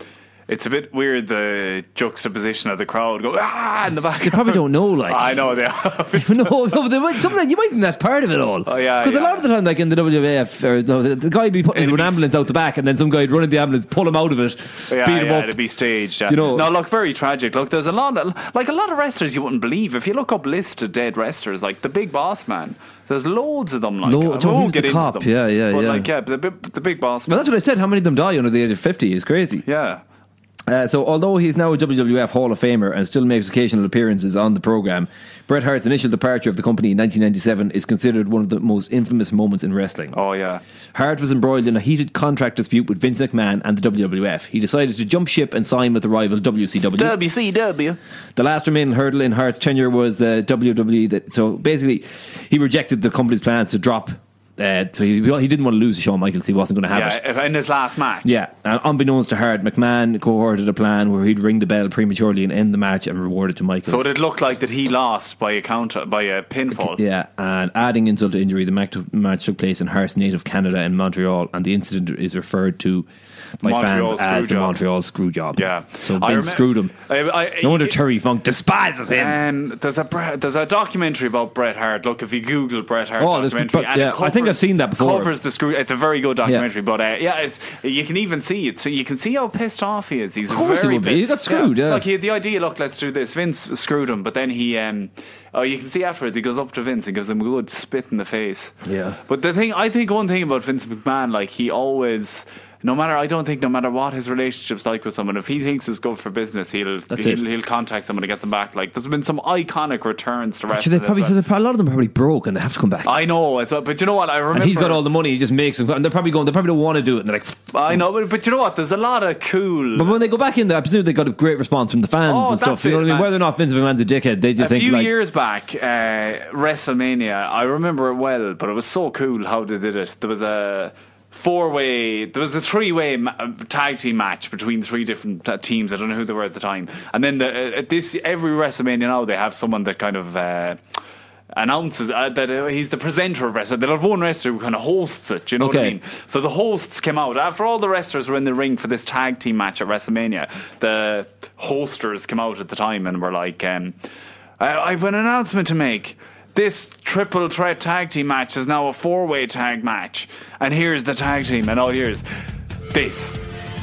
[SPEAKER 3] it's a bit weird the juxtaposition of the crowd go ah in the back.
[SPEAKER 2] They probably don't know, like.
[SPEAKER 3] I know they. Are.
[SPEAKER 2] no, no, but they might, some of that, you might think that's part of it all.
[SPEAKER 3] Oh, yeah,
[SPEAKER 2] Because
[SPEAKER 3] yeah.
[SPEAKER 2] a lot of the time, like in the WWF, or, no, the- the guy would be put into
[SPEAKER 3] It'd
[SPEAKER 2] an
[SPEAKER 3] be- Oh,
[SPEAKER 2] ambulance out the back, and then some guy would run in the ambulance, pull him out of it,
[SPEAKER 3] yeah,
[SPEAKER 2] beat him
[SPEAKER 3] yeah,
[SPEAKER 2] up.
[SPEAKER 3] to be staged. Yeah.
[SPEAKER 2] You know-
[SPEAKER 3] no, look, very tragic. Look, there's a lot, of, like a lot of wrestlers you wouldn't believe. If you look up lists of dead wrestlers, like the Big Boss Man, there's loads of them. Like,
[SPEAKER 2] Lo-
[SPEAKER 3] I
[SPEAKER 2] Tom, he was
[SPEAKER 3] won't get
[SPEAKER 2] the
[SPEAKER 3] into
[SPEAKER 2] cop.
[SPEAKER 3] them.
[SPEAKER 2] Yeah, yeah,
[SPEAKER 3] but
[SPEAKER 2] yeah.
[SPEAKER 3] Like, yeah, but the, Bi- the Big Boss
[SPEAKER 2] Well,
[SPEAKER 3] Man.
[SPEAKER 2] that's what I said. How many of them die under the age of 50 is crazy.
[SPEAKER 3] Yeah,
[SPEAKER 2] Uh, so, although he's now a WWF Hall of Famer and still makes occasional appearances on the program, Bret Hart's initial departure of the company in 1997 is considered one of the most infamous moments in wrestling.
[SPEAKER 3] oh yeah.
[SPEAKER 2] Hart was embroiled in a heated contract dispute with Vince McMahon and the WWF. He decided to jump ship and sign with the rival WCW.
[SPEAKER 3] WCW.
[SPEAKER 2] The last remaining hurdle in Hart's tenure was uh, WWE. That so basically, he rejected the company's plans to drop. Uh, so he, he didn't want to lose to Shawn Michaels. He wasn't going to have it.
[SPEAKER 3] Yeah, in his last match.
[SPEAKER 2] Yeah, and unbeknownst to Hart, McMahon cohorted a plan where he'd ring the bell prematurely and end the match and reward it to Michaels.
[SPEAKER 3] So it looked like that he lost by a counter by a pinfall.
[SPEAKER 2] yeah, and adding insult to injury, the match, match took place in Hart's native Canada in Montreal, and the incident is referred to by
[SPEAKER 3] Montreal
[SPEAKER 2] fans as the
[SPEAKER 3] screwjob.
[SPEAKER 2] Montreal screw job.
[SPEAKER 3] Yeah.
[SPEAKER 2] so
[SPEAKER 3] I
[SPEAKER 2] Vince
[SPEAKER 3] remem-
[SPEAKER 2] screwed him.
[SPEAKER 3] I- I-
[SPEAKER 2] no wonder
[SPEAKER 3] it-
[SPEAKER 2] Terry Funk despises him.
[SPEAKER 3] Um, there's a Bre- there's a documentary about Bret Hart. Look, if you Google Bret Hart
[SPEAKER 2] Oh, there's-
[SPEAKER 3] documentary,
[SPEAKER 2] but-
[SPEAKER 3] and it
[SPEAKER 2] yeah, I think I've seen that before.
[SPEAKER 3] Covers the screw. It's a very good documentary, but uh, yeah, it's, you can even see it. So you can see how pissed off he is. He's
[SPEAKER 2] Of course he
[SPEAKER 3] very
[SPEAKER 2] would be.
[SPEAKER 3] pi-
[SPEAKER 2] He got screwed, yeah.
[SPEAKER 3] Like he had the idea. Look, let's do this. Vince screwed him, but then he. Um, Oh, you can see afterwards he goes up to Vince and gives him a good spit in the face.
[SPEAKER 2] Yeah.
[SPEAKER 3] But the thing, I think one thing about Vince McMahon, like he always, no matter, I don't think no matter what his relationship's like with someone, if he thinks it's good for business, he'll
[SPEAKER 2] That's it.
[SPEAKER 3] he'll, he'll contact someone to get them back. Like there's been some iconic returns to
[SPEAKER 2] Actually,
[SPEAKER 3] wrestling.
[SPEAKER 2] they probably
[SPEAKER 3] as well.
[SPEAKER 2] so they're- a lot of them are probably broke and they have to come back.
[SPEAKER 3] I know as well, but you know what? I remember.
[SPEAKER 2] and he's got all the money. He just makes them. And they're probably going. They probably don't want to do it. And they're like, "F-
[SPEAKER 3] I know, but, but you know what? There's a lot of cool.
[SPEAKER 2] But when they go back in there, I presume they got a great response from the fans
[SPEAKER 3] Oh,
[SPEAKER 2] and stuff.
[SPEAKER 3] that's
[SPEAKER 2] You know
[SPEAKER 3] it,
[SPEAKER 2] what I mean?
[SPEAKER 3] man.
[SPEAKER 2] Whether or not Vince McMahon's a dickhead, they just
[SPEAKER 3] a
[SPEAKER 2] think
[SPEAKER 3] few
[SPEAKER 2] like,
[SPEAKER 3] years back, uh, WrestleMania, I remember it well, but it was so cool how they did it. There was a four way, there was a three way ma- uh, tag team match between three different uh, teams. I don't know who they were at the time. And then the, uh, at this every WrestleMania now they have someone that kind of. Uh, Announces uh, that uh, he's the presenter of wrestling. They'll have one wrestler who kind of hosts it. You know what
[SPEAKER 2] Okay.
[SPEAKER 3] I mean? So the hosts came out after all the wrestlers were in the ring for this tag team match at WrestleMania. The hosters came out at the time and were like, um, I, "I have an announcement to make. This triple threat tag team match is now a four way tag match, and here's the tag team. And all here's this."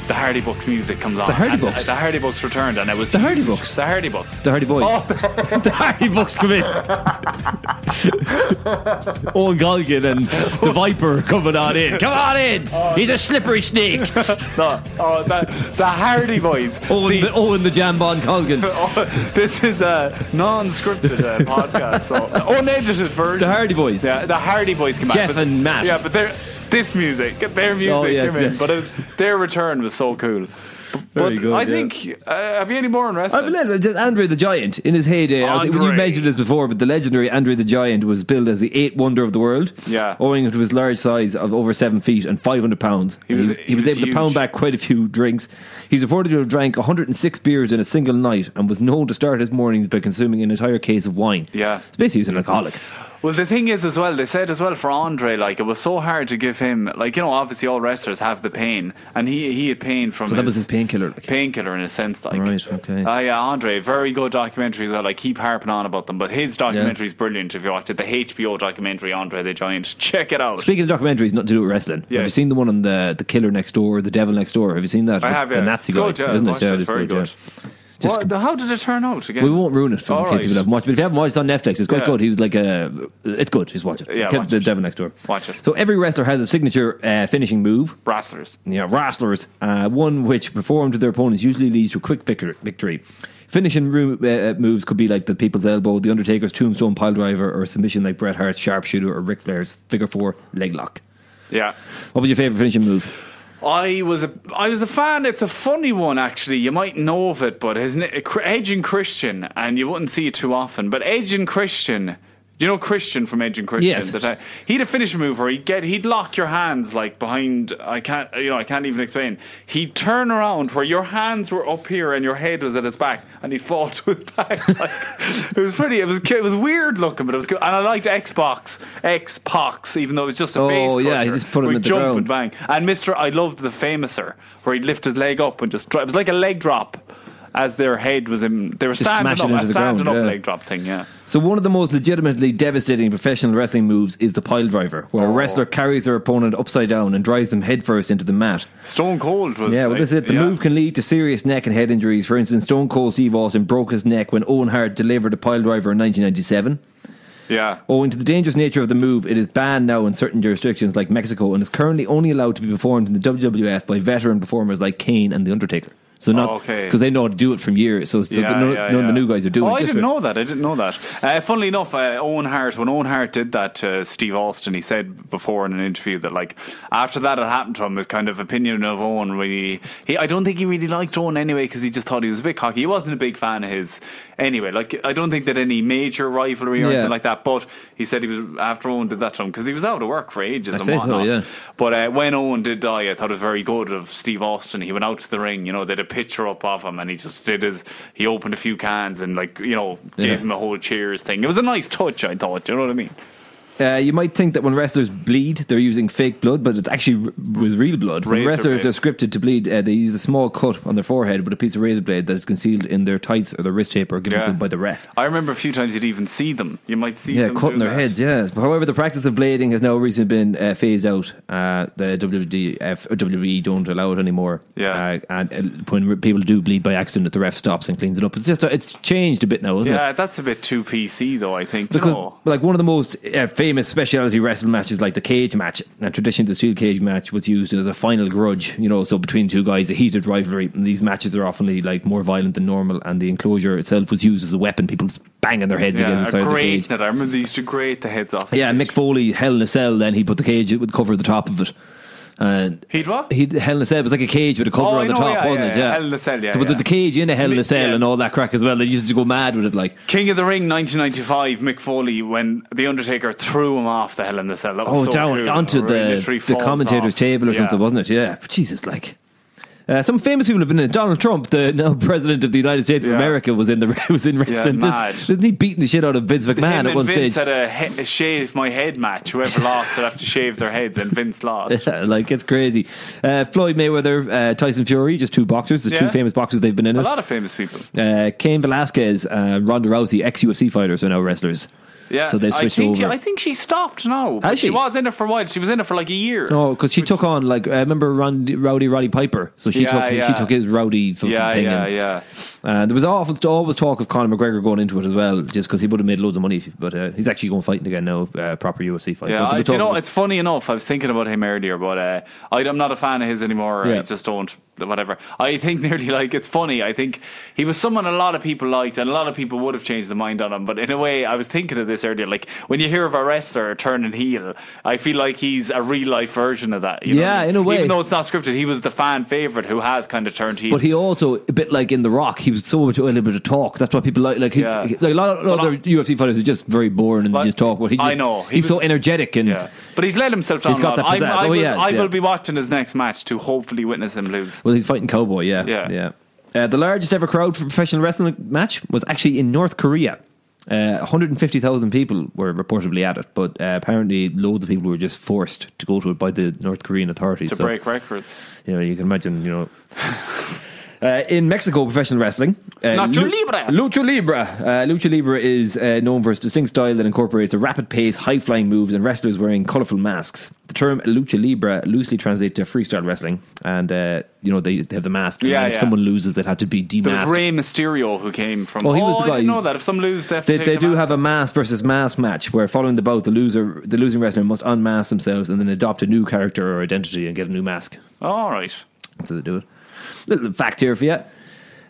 [SPEAKER 3] The Hardy Bucks music comes on.
[SPEAKER 2] Hardy
[SPEAKER 3] and, uh,
[SPEAKER 2] Bucks?
[SPEAKER 3] The Hardy Bucks returned, and it was
[SPEAKER 2] The Hardy Bucks?
[SPEAKER 3] The Hardy Bucks.
[SPEAKER 2] the Hardy Boys.
[SPEAKER 3] Oh,
[SPEAKER 2] the Hardy Bucks come in. Owen Golgan and the Viper coming on in. Come on in.
[SPEAKER 3] Oh,
[SPEAKER 2] He's a slippery snake.
[SPEAKER 3] no, oh, the, the Hardy Boys.
[SPEAKER 2] Owen,
[SPEAKER 3] See,
[SPEAKER 2] Oh, the, Owen the Jambon Golgan.
[SPEAKER 3] oh, this is a non-scripted uh, podcast, so unedited version.
[SPEAKER 2] The Hardy Boys.
[SPEAKER 3] Yeah, the Hardy Boys came
[SPEAKER 2] Jeff
[SPEAKER 3] out.
[SPEAKER 2] and Matt.
[SPEAKER 3] Yeah, but their this music, their music,
[SPEAKER 2] Oh, yes,
[SPEAKER 3] came in,
[SPEAKER 2] yes.
[SPEAKER 3] but it was, their return was so cool. But
[SPEAKER 2] Very good,
[SPEAKER 3] I
[SPEAKER 2] yeah.
[SPEAKER 3] think uh, have you any more on
[SPEAKER 2] I
[SPEAKER 3] wrestling?
[SPEAKER 2] believe Oh, just Andre the Giant in his heyday. I think you
[SPEAKER 3] Andre.
[SPEAKER 2] mentioned this before, but the legendary Andre the Giant was billed as the eighth wonder of the world.
[SPEAKER 3] Yeah.
[SPEAKER 2] owing to his large size of over seven feet and five hundred pounds. He was, he was, able to
[SPEAKER 3] huge.
[SPEAKER 2] pound back quite a few drinks. He's reported to have drank one hundred and six beers in a single night, and was known to start his mornings by consuming an entire case of wine.
[SPEAKER 3] Yeah.
[SPEAKER 2] so basically, he's an alcoholic.
[SPEAKER 3] Well, the thing is, as well, they said as well for Andre, like it was so hard to give him, like you know, obviously all wrestlers have the pain, and he he had pain from.
[SPEAKER 2] So that was his painkiller, like.
[SPEAKER 3] Painkiller in a sense, like
[SPEAKER 2] Right, okay.
[SPEAKER 3] Ah, yeah, Andre, very good documentaries. Well, I keep harping on about them, but his documentary is brilliant. If you watch it, the HBO documentary Andre the Giant, check it out.
[SPEAKER 2] Speaking of documentaries, not to do with wrestling.
[SPEAKER 3] Yeah.
[SPEAKER 2] Have you seen the one on the the killer next door, the devil next door? Have you seen that?
[SPEAKER 3] I
[SPEAKER 2] With
[SPEAKER 3] have
[SPEAKER 2] the
[SPEAKER 3] yeah.
[SPEAKER 2] Nazi
[SPEAKER 3] it's
[SPEAKER 2] guy,
[SPEAKER 3] good, yeah,
[SPEAKER 2] isn't it?
[SPEAKER 3] watched
[SPEAKER 2] Yeah,
[SPEAKER 3] it,
[SPEAKER 2] it's
[SPEAKER 3] very good.
[SPEAKER 2] yeah. Just
[SPEAKER 3] What- how did it turn out again?
[SPEAKER 2] We won't ruin it for
[SPEAKER 3] All
[SPEAKER 2] in case
[SPEAKER 3] right.
[SPEAKER 2] people haven't watched. But if you haven't watched, it's on Netflix. It's quite
[SPEAKER 3] Yeah.
[SPEAKER 2] good. He was like, uh, "It's good. Just watch it."
[SPEAKER 3] Yeah,
[SPEAKER 2] Kept
[SPEAKER 3] watch
[SPEAKER 2] the
[SPEAKER 3] it.
[SPEAKER 2] devil next door.
[SPEAKER 3] Watch it.
[SPEAKER 2] So every wrestler has a signature uh, finishing move.
[SPEAKER 3] Wrestlers.
[SPEAKER 2] You know, wrestlers, uh, one which performed to their opponents usually leads to a quick vic- victory. Finishing ru- uh, moves could be like the People's Elbow, the Undertaker's Tombstone Piledriver, or submission like Bret Hart's Sharpshooter or Ric Flair's Figure Four Leg Lock.
[SPEAKER 3] Yeah.
[SPEAKER 2] What was your favorite finishing move?
[SPEAKER 3] I was a I was a fan. It's a funny one, actually. You might know of it, but his na- Cr- Edge and Christian, and you wouldn't see it too often. But Edge and Christian, you know Christian from Edge and Christian.
[SPEAKER 2] Yes.
[SPEAKER 3] the ti- he'd a finish move where he'd get he'd lock your hands like behind. I can't you know I can't even explain. He'd turn around where your hands were up here and your head was at his back, and he'd fall to his back. like, it was pretty. It was cu- it was weird looking, but it was good. And I liked Xbox Xbox, even though it was just a
[SPEAKER 2] Oh,
[SPEAKER 3] face.
[SPEAKER 2] yeah, he
[SPEAKER 3] crusher,
[SPEAKER 2] just put him
[SPEAKER 3] where
[SPEAKER 2] in
[SPEAKER 3] he'd
[SPEAKER 2] the
[SPEAKER 3] jump
[SPEAKER 2] ground.
[SPEAKER 3] and bang. And Mister, I loved the famouser where he'd lift his leg up and just dri- it was like a leg drop as their head was in. They were
[SPEAKER 2] Just
[SPEAKER 3] standing
[SPEAKER 2] smash it
[SPEAKER 3] up,
[SPEAKER 2] into
[SPEAKER 3] a
[SPEAKER 2] the
[SPEAKER 3] standing
[SPEAKER 2] ground,
[SPEAKER 3] up
[SPEAKER 2] yeah.
[SPEAKER 3] leg drop thing. Yeah,
[SPEAKER 2] So one of the most legitimately devastating professional wrestling moves is the pile driver, where a wrestler carries their opponent upside down and drives them headfirst into the mat.
[SPEAKER 3] Stone Cold was.
[SPEAKER 2] Yeah, well,
[SPEAKER 3] like-
[SPEAKER 2] that's it. The
[SPEAKER 3] yeah.
[SPEAKER 2] move can lead to serious neck and head injuries. For instance, Stone Cold Steve Austin broke his neck when Owen Hart delivered a pile driver in 1997.
[SPEAKER 3] Yeah.
[SPEAKER 2] Owing to the dangerous nature of the move, it is banned now in certain jurisdictions like Mexico and is currently only allowed to be performed in the WWF by veteran performers like Kane and The Undertaker. So not
[SPEAKER 3] Oh, okay.
[SPEAKER 2] because they know how to do it from years. So, so
[SPEAKER 3] Yeah,
[SPEAKER 2] none,
[SPEAKER 3] yeah,
[SPEAKER 2] none of the
[SPEAKER 3] yeah.
[SPEAKER 2] new guys are doing
[SPEAKER 3] Oh,
[SPEAKER 2] it.
[SPEAKER 3] I
[SPEAKER 2] Just
[SPEAKER 3] didn't
[SPEAKER 2] for-
[SPEAKER 3] know that. I didn't know that. Uh, funnily enough, uh, Owen Hart, when Owen Hart did that to Steve Austin, he said before in an interview that, like, after that had happened to him, his kind of opinion of Owen, really, he, I don't think he really liked Owen anyway because he just thought he was a bit cocky. He wasn't a big fan of his anyway. Like, I don't think that any major rivalry or
[SPEAKER 2] Yeah.
[SPEAKER 3] anything like that. But he said he was after Owen did that to him because he was out of work for ages
[SPEAKER 2] I'd
[SPEAKER 3] and
[SPEAKER 2] say so,
[SPEAKER 3] whatnot.
[SPEAKER 2] yeah.
[SPEAKER 3] But uh, when Owen did die, I thought it was very good of Steve Austin. He went out to the ring, you know, they had a picture up of him, and he just did his. He opened a few cans and, like, you know, gave
[SPEAKER 2] Yeah.
[SPEAKER 3] him a whole cheers thing. It was a nice touch, I thought. You know what I mean?
[SPEAKER 2] Uh, you might think that when wrestlers bleed, they're using fake blood, but it's actually r- with real blood. When
[SPEAKER 3] Razor
[SPEAKER 2] wrestlers
[SPEAKER 3] blades.
[SPEAKER 2] are scripted to bleed, uh, they use a small cut on their forehead with a piece of razor blade that's concealed in their tights or their wrist tape or given to them by the ref.
[SPEAKER 3] I remember a few times you'd even see them. You might see
[SPEAKER 2] Yeah,
[SPEAKER 3] them
[SPEAKER 2] cutting
[SPEAKER 3] doing
[SPEAKER 2] their
[SPEAKER 3] that.
[SPEAKER 2] heads. Yeah. However, the practice of blading has now recently been uh, phased out. Uh, the WWF, or WWE don't allow it anymore.
[SPEAKER 3] Yeah.
[SPEAKER 2] Uh, and uh, when re- people do bleed by accident, the ref stops and cleans it up. It's just uh, it's changed a bit now, isn't it?
[SPEAKER 3] Yeah, that's a bit too PC, though, I think.
[SPEAKER 2] Because
[SPEAKER 3] no.
[SPEAKER 2] like one of the most uh, famous specialty wrestling matches, like the cage match, and traditionally the steel cage match was used as a final grudge. You know, so between two guys, a heated rivalry. And these matches are often like more violent than normal, and the enclosure itself was used as a weapon. People just banging their heads
[SPEAKER 3] Yeah,
[SPEAKER 2] against the
[SPEAKER 3] a
[SPEAKER 2] side of the
[SPEAKER 3] great
[SPEAKER 2] cage.
[SPEAKER 3] net. I remember they used to grate the heads off.
[SPEAKER 2] Yeah, Mick Foley, Hell in a Cell. Then he put the cage with cover the top of it. And
[SPEAKER 3] He'd what?
[SPEAKER 2] he Hell in a Cell it was like a cage with a cover
[SPEAKER 3] Oh, I
[SPEAKER 2] on the
[SPEAKER 3] know,
[SPEAKER 2] top,
[SPEAKER 3] yeah,
[SPEAKER 2] wasn't
[SPEAKER 3] yeah,
[SPEAKER 2] it?
[SPEAKER 3] yeah.
[SPEAKER 2] Yeah,
[SPEAKER 3] Hell in a Cell, yeah,
[SPEAKER 2] There was
[SPEAKER 3] yeah.
[SPEAKER 2] the cage in a Hell in a
[SPEAKER 3] Mick-
[SPEAKER 2] Cell
[SPEAKER 3] yeah.
[SPEAKER 2] and all that crack as well. They used to go mad with it, like.
[SPEAKER 3] King of the Ring 1995, Mick Foley, when The Undertaker threw him off the Hell in the Cell. That was
[SPEAKER 2] Oh,
[SPEAKER 3] so
[SPEAKER 2] down
[SPEAKER 3] cool.
[SPEAKER 2] onto
[SPEAKER 3] Where he
[SPEAKER 2] the
[SPEAKER 3] literally
[SPEAKER 2] the
[SPEAKER 3] falls
[SPEAKER 2] commentator's
[SPEAKER 3] off.
[SPEAKER 2] table or
[SPEAKER 3] Yeah.
[SPEAKER 2] something, wasn't it? Yeah, But Jesus, like. Uh, some famous people have been in it. Donald Trump, the now president of the United States of
[SPEAKER 3] Yeah.
[SPEAKER 2] America, was in the was in wrestling. This-
[SPEAKER 3] mad.
[SPEAKER 2] Isn't he beating the shit out of Vince McMahon
[SPEAKER 3] Him
[SPEAKER 2] at
[SPEAKER 3] and
[SPEAKER 2] one stage?
[SPEAKER 3] Vince had a, he- a shave my head match. Whoever lost would have to shave their heads, and Vince lost.
[SPEAKER 2] like it's crazy. Uh, Floyd Mayweather, uh, Tyson Fury, just two boxers, the two
[SPEAKER 3] Yeah.
[SPEAKER 2] famous boxers they've been in
[SPEAKER 3] A
[SPEAKER 2] it.
[SPEAKER 3] lot of famous people.
[SPEAKER 2] Uh, Cain Velasquez, uh, Ronda Rousey, ex UFC fighters, are now wrestlers.
[SPEAKER 3] Yeah,
[SPEAKER 2] so they switched
[SPEAKER 3] I think
[SPEAKER 2] over.
[SPEAKER 3] She, I think she stopped now. but
[SPEAKER 2] Has
[SPEAKER 3] she?
[SPEAKER 2] she? Oh,
[SPEAKER 3] was in it for a while. She was in it for like a year.
[SPEAKER 2] No, because she took on like I remember Randy, Rowdy Roddy Piper, so she
[SPEAKER 3] Yeah,
[SPEAKER 2] took
[SPEAKER 3] yeah.
[SPEAKER 2] she took his Rowdy fucking
[SPEAKER 3] yeah,
[SPEAKER 2] thing.
[SPEAKER 3] yeah,
[SPEAKER 2] and,
[SPEAKER 3] yeah.
[SPEAKER 2] Uh, there was awful, always talk of Conor McGregor going into it as well, just because he would have made loads of money. if- But uh, he's actually going fighting again now, uh, proper UFC fight.
[SPEAKER 3] Yeah,
[SPEAKER 2] But there
[SPEAKER 3] I,
[SPEAKER 2] was
[SPEAKER 3] do you
[SPEAKER 2] talk
[SPEAKER 3] know,
[SPEAKER 2] of-
[SPEAKER 3] it's funny enough. I was thinking about him earlier, but uh, I, I'm not a fan of his anymore.
[SPEAKER 2] Yeah.
[SPEAKER 3] I just don't, whatever. I think nearly like it's funny. I think he was someone a lot of people liked, and a lot of people would have changed their mind on him. But in a way, I was thinking of this earlier. Like when you hear of a wrestler turning heel, I feel like he's a real life version of that. You know
[SPEAKER 2] Yeah,
[SPEAKER 3] what I mean?
[SPEAKER 2] in a way.
[SPEAKER 3] Even though it's not scripted, he was the fan favorite who has kind of turned heel.
[SPEAKER 2] but he also a bit like in The Rock, he was so much a little bit of talk. That's why people like like, he's,
[SPEAKER 3] Yeah.
[SPEAKER 2] like a lot of
[SPEAKER 3] But
[SPEAKER 2] other
[SPEAKER 3] I-
[SPEAKER 2] UFC fighters are just very boring and
[SPEAKER 3] But-
[SPEAKER 2] just talk. But he just,
[SPEAKER 3] I know. He
[SPEAKER 2] he's so
[SPEAKER 3] was-
[SPEAKER 2] energetic and
[SPEAKER 3] yeah, but he's let himself down.
[SPEAKER 2] He's got
[SPEAKER 3] a lot.
[SPEAKER 2] that
[SPEAKER 3] I'm-
[SPEAKER 2] pizzazz.
[SPEAKER 3] I,
[SPEAKER 2] Oh,
[SPEAKER 3] will,
[SPEAKER 2] he has,
[SPEAKER 3] I
[SPEAKER 2] yeah.
[SPEAKER 3] will be watching his next match to hopefully witness him lose.
[SPEAKER 2] Well, he's fighting Cowboy, yeah.
[SPEAKER 3] Yeah.
[SPEAKER 2] yeah. Uh, the largest ever crowd for a professional wrestling match was actually in North Korea. Uh, 150,000 people were reportedly at it, but uh, apparently loads of people were just forced to go to it by the North Korean authorities.
[SPEAKER 3] To
[SPEAKER 2] So,
[SPEAKER 3] break records,
[SPEAKER 2] You know, you can imagine, you know. Uh, in Mexico, professional wrestling. Uh,
[SPEAKER 3] Lucha
[SPEAKER 2] Lu-
[SPEAKER 3] Libre.
[SPEAKER 2] Lucha Libre. Uh, Lucha Libre is uh, known for its distinct style that incorporates a rapid pace, high flying moves, and wrestlers wearing colorful masks. The term Lucha Libre loosely translates to freestyle wrestling, and uh, you know they, they have the mask. and
[SPEAKER 3] Yeah,
[SPEAKER 2] if
[SPEAKER 3] yeah.
[SPEAKER 2] someone loses, they'd have to be
[SPEAKER 3] there was
[SPEAKER 2] demasked.
[SPEAKER 3] Rey Mysterio who came from.
[SPEAKER 2] Oh, he was the
[SPEAKER 3] I
[SPEAKER 2] guy
[SPEAKER 3] didn't
[SPEAKER 2] who-
[SPEAKER 3] know that. If some lose, they, have to
[SPEAKER 2] They,
[SPEAKER 3] take
[SPEAKER 2] they
[SPEAKER 3] them
[SPEAKER 2] do
[SPEAKER 3] out.
[SPEAKER 2] have a mask versus mask match where, following the bout, the loser, the losing wrestler must unmask themselves and then adopt a new character or identity and get a new mask.
[SPEAKER 3] All right.
[SPEAKER 2] So they do it. Little fact here for you.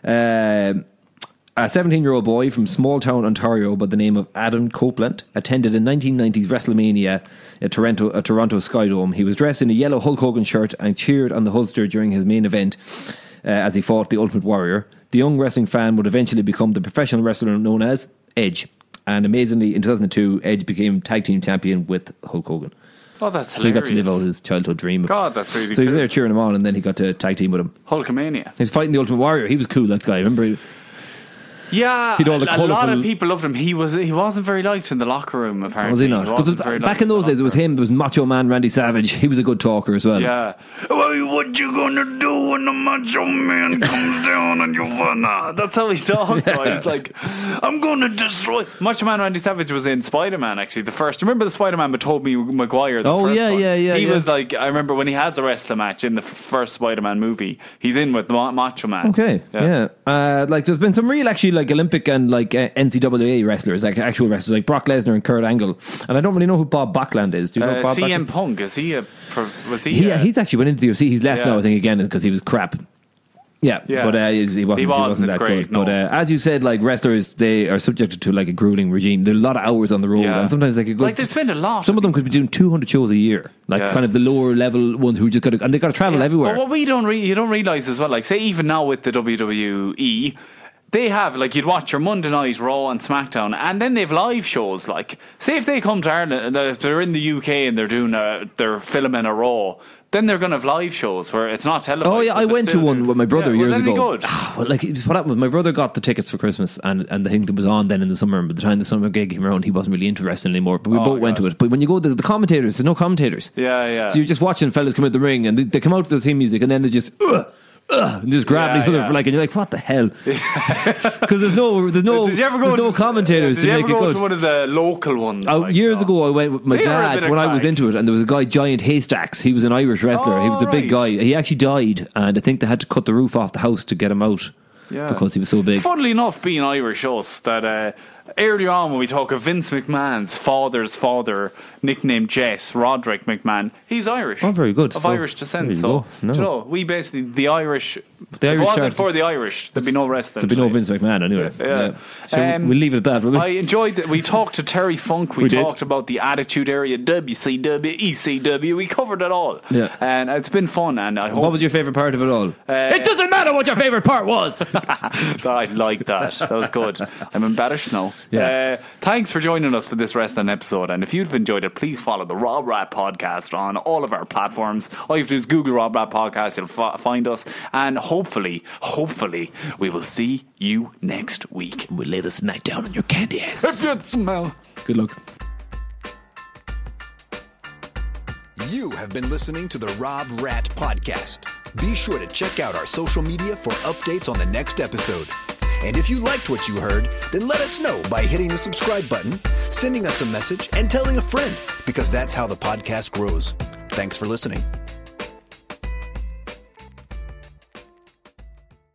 [SPEAKER 2] Um, A 17 year old boy from small town Ontario by the name of Adam Copeland attended a 1990s WrestleMania at Toronto, at Toronto Skydome. He was dressed in a yellow Hulk Hogan shirt and cheered on the holster during his main event uh, as he fought the Ultimate Warrior. The young wrestling fan would eventually become the professional wrestler known as Edge. And amazingly, in 2002, Edge became tag team champion with Hulk Hogan.
[SPEAKER 3] Oh, that's
[SPEAKER 2] So he got
[SPEAKER 3] hilarious.
[SPEAKER 2] to live out his childhood dream. of-
[SPEAKER 3] God, that's really
[SPEAKER 2] So he was
[SPEAKER 3] cool.
[SPEAKER 2] there cheering him on, and then he got to tag team with him.
[SPEAKER 3] Hulkamania.
[SPEAKER 2] He was fighting the Ultimate Warrior. He was cool, that guy. Remember, he-
[SPEAKER 3] Yeah,
[SPEAKER 2] He'd all the
[SPEAKER 3] a lot
[SPEAKER 2] colourful-
[SPEAKER 3] of people loved him. He was he wasn't very liked in the locker room. Apparently,
[SPEAKER 2] was he not?
[SPEAKER 3] He
[SPEAKER 2] 'Cause
[SPEAKER 3] wasn't
[SPEAKER 2] it-
[SPEAKER 3] very
[SPEAKER 2] back
[SPEAKER 3] liked
[SPEAKER 2] in those
[SPEAKER 3] the
[SPEAKER 2] days, it was
[SPEAKER 3] locker
[SPEAKER 2] him. There was Macho Man Randy Savage. He was a good talker as well.
[SPEAKER 3] room. Yeah. Well, what you gonna do when the macho man comes down on your vana? That's how he talked. though. He's like, I'm gonna destroy. Macho Man Randy Savage was in Spider Man actually. The first. Remember the Spider Man with Tobey Maguire? The
[SPEAKER 2] Oh,
[SPEAKER 3] first
[SPEAKER 2] yeah,
[SPEAKER 3] one?
[SPEAKER 2] yeah, yeah,
[SPEAKER 3] He
[SPEAKER 2] yeah.
[SPEAKER 3] was like, I remember when he has a wrestling match in the f- first Spider Man movie. He's in with Ma- Macho Man.
[SPEAKER 2] Okay. Yeah. Uh, like there's been some real actually like Olympic and like uh, NCAA wrestlers, like actual wrestlers, like Brock Lesnar and Kurt Angle. And I don't really know who Bob Backlund is. Do you know
[SPEAKER 3] Uh,
[SPEAKER 2] Bob
[SPEAKER 3] CM
[SPEAKER 2] Backlund?
[SPEAKER 3] Punk is he a pro- was he?
[SPEAKER 2] He- yeah,
[SPEAKER 3] a-
[SPEAKER 2] he's actually went into the UFC. He's left
[SPEAKER 3] Yeah.
[SPEAKER 2] now, I think, again because he was crap. Yeah,
[SPEAKER 3] Yeah.
[SPEAKER 2] but uh, he wasn't, he wasn't,
[SPEAKER 3] wasn't
[SPEAKER 2] that
[SPEAKER 3] great,
[SPEAKER 2] good. But
[SPEAKER 3] no.
[SPEAKER 2] uh, as you said, like wrestlers, they are subjected to like a grueling regime. There are a lot of hours on the road,
[SPEAKER 3] Yeah.
[SPEAKER 2] and sometimes they could go
[SPEAKER 3] Like, they spend a lot.
[SPEAKER 2] Some of them could be doing two hundred shows a year, like
[SPEAKER 3] Yeah.
[SPEAKER 2] kind of the lower level ones who just got to and they got to travel everywhere.
[SPEAKER 3] But what we don't re- you don't realize as well, like say even now with the WWE, they have like you'd watch your Monday night Raw and SmackDown, and then they've live shows. Like say if they come to Ireland, uh, if they're in the UK and they're doing a, they're filming a Raw. Then they're gonna have live shows where it's not televised.
[SPEAKER 2] Oh yeah,
[SPEAKER 3] but
[SPEAKER 2] I
[SPEAKER 3] they're
[SPEAKER 2] went to
[SPEAKER 3] still
[SPEAKER 2] one
[SPEAKER 3] doing-
[SPEAKER 2] with my brother
[SPEAKER 3] Yeah, was
[SPEAKER 2] years
[SPEAKER 3] that any
[SPEAKER 2] ago.
[SPEAKER 3] good?
[SPEAKER 2] well, like it was- what happened was my brother got the tickets for Christmas, and and the thing that was on then in the summer. And by the time the summer gig came around, he wasn't really interested anymore. But we both went to
[SPEAKER 3] Oh, God.
[SPEAKER 2] it. But when you go to the commentators, there's no commentators.
[SPEAKER 3] Yeah, yeah.
[SPEAKER 2] So you're just watching fellas come out the ring, and they, they come out to their theme music, and then they just. Ugh, Ugh, and just grab
[SPEAKER 3] Yeah,
[SPEAKER 2] each other
[SPEAKER 3] yeah.
[SPEAKER 2] for like, and you're like, what the hell? Because there's no, there's no,
[SPEAKER 3] Did you ever go
[SPEAKER 2] there's
[SPEAKER 3] to,
[SPEAKER 2] no commentators
[SPEAKER 3] Did you
[SPEAKER 2] to
[SPEAKER 3] ever
[SPEAKER 2] make it
[SPEAKER 3] go
[SPEAKER 2] good.
[SPEAKER 3] to one of the local ones?
[SPEAKER 2] Oh,
[SPEAKER 3] like,
[SPEAKER 2] years
[SPEAKER 3] uh,
[SPEAKER 2] ago, I went with my
[SPEAKER 3] They were a bit
[SPEAKER 2] dad
[SPEAKER 3] of
[SPEAKER 2] when I was
[SPEAKER 3] crack.
[SPEAKER 2] into it, and there was a guy, Giant Haystacks. He was an Irish wrestler. he was a big
[SPEAKER 3] Alright.
[SPEAKER 2] guy. He actually died, and I think they had to cut the roof off the house to get him out
[SPEAKER 3] Yeah.
[SPEAKER 2] because he was so big.
[SPEAKER 3] Funnily enough, being Irish, us that uh, earlier on when we talk of Vince McMahon's father's father, nicknamed Jess Roderick McMahon, he's Irish.
[SPEAKER 2] Oh, very good.
[SPEAKER 3] Of
[SPEAKER 2] So,
[SPEAKER 3] Irish descent.
[SPEAKER 2] there you
[SPEAKER 3] So,
[SPEAKER 2] go. No.
[SPEAKER 3] do you know, we basically the Irish.
[SPEAKER 2] The
[SPEAKER 3] if
[SPEAKER 2] Irish
[SPEAKER 3] it wasn't
[SPEAKER 2] charity-
[SPEAKER 3] for the Irish, there'd be no wrestling.
[SPEAKER 2] There'd be no
[SPEAKER 3] today.
[SPEAKER 2] Vince McMahon anyway.
[SPEAKER 3] Yeah.
[SPEAKER 2] So
[SPEAKER 3] Um,
[SPEAKER 2] we'll leave it at that. will we?
[SPEAKER 3] I enjoyed that. We talked to Terry Funk. We,
[SPEAKER 2] We did.
[SPEAKER 3] talked about the Attitude Area, WCW, ECW. E We covered it all.
[SPEAKER 2] Yeah.
[SPEAKER 3] And it's been fun. And I hope
[SPEAKER 2] what was your favorite part of it all?
[SPEAKER 3] Uh,
[SPEAKER 2] it doesn't matter what your favorite part was.
[SPEAKER 3] I like that. That was good. I'm embarrassed now.
[SPEAKER 2] Yeah.
[SPEAKER 3] Uh, thanks for joining us for this wrestling episode. And if you've enjoyed it, please follow the Rob Rat podcast on all of our platforms. All you have to do is Google Rob Rat podcast. You'll fi- find us. And hopefully, hopefully, we will see you next week.
[SPEAKER 2] we lay the smack down on your candy ass.
[SPEAKER 3] If you smell.
[SPEAKER 2] Good luck.
[SPEAKER 1] You have been listening to the Rob Rat Podcast. Be sure to check out our social media for updates on the next episode. And if you liked what you heard, then let us know by hitting the subscribe button, sending us a message, and telling a friend, because that's how the podcast grows. Thanks for listening.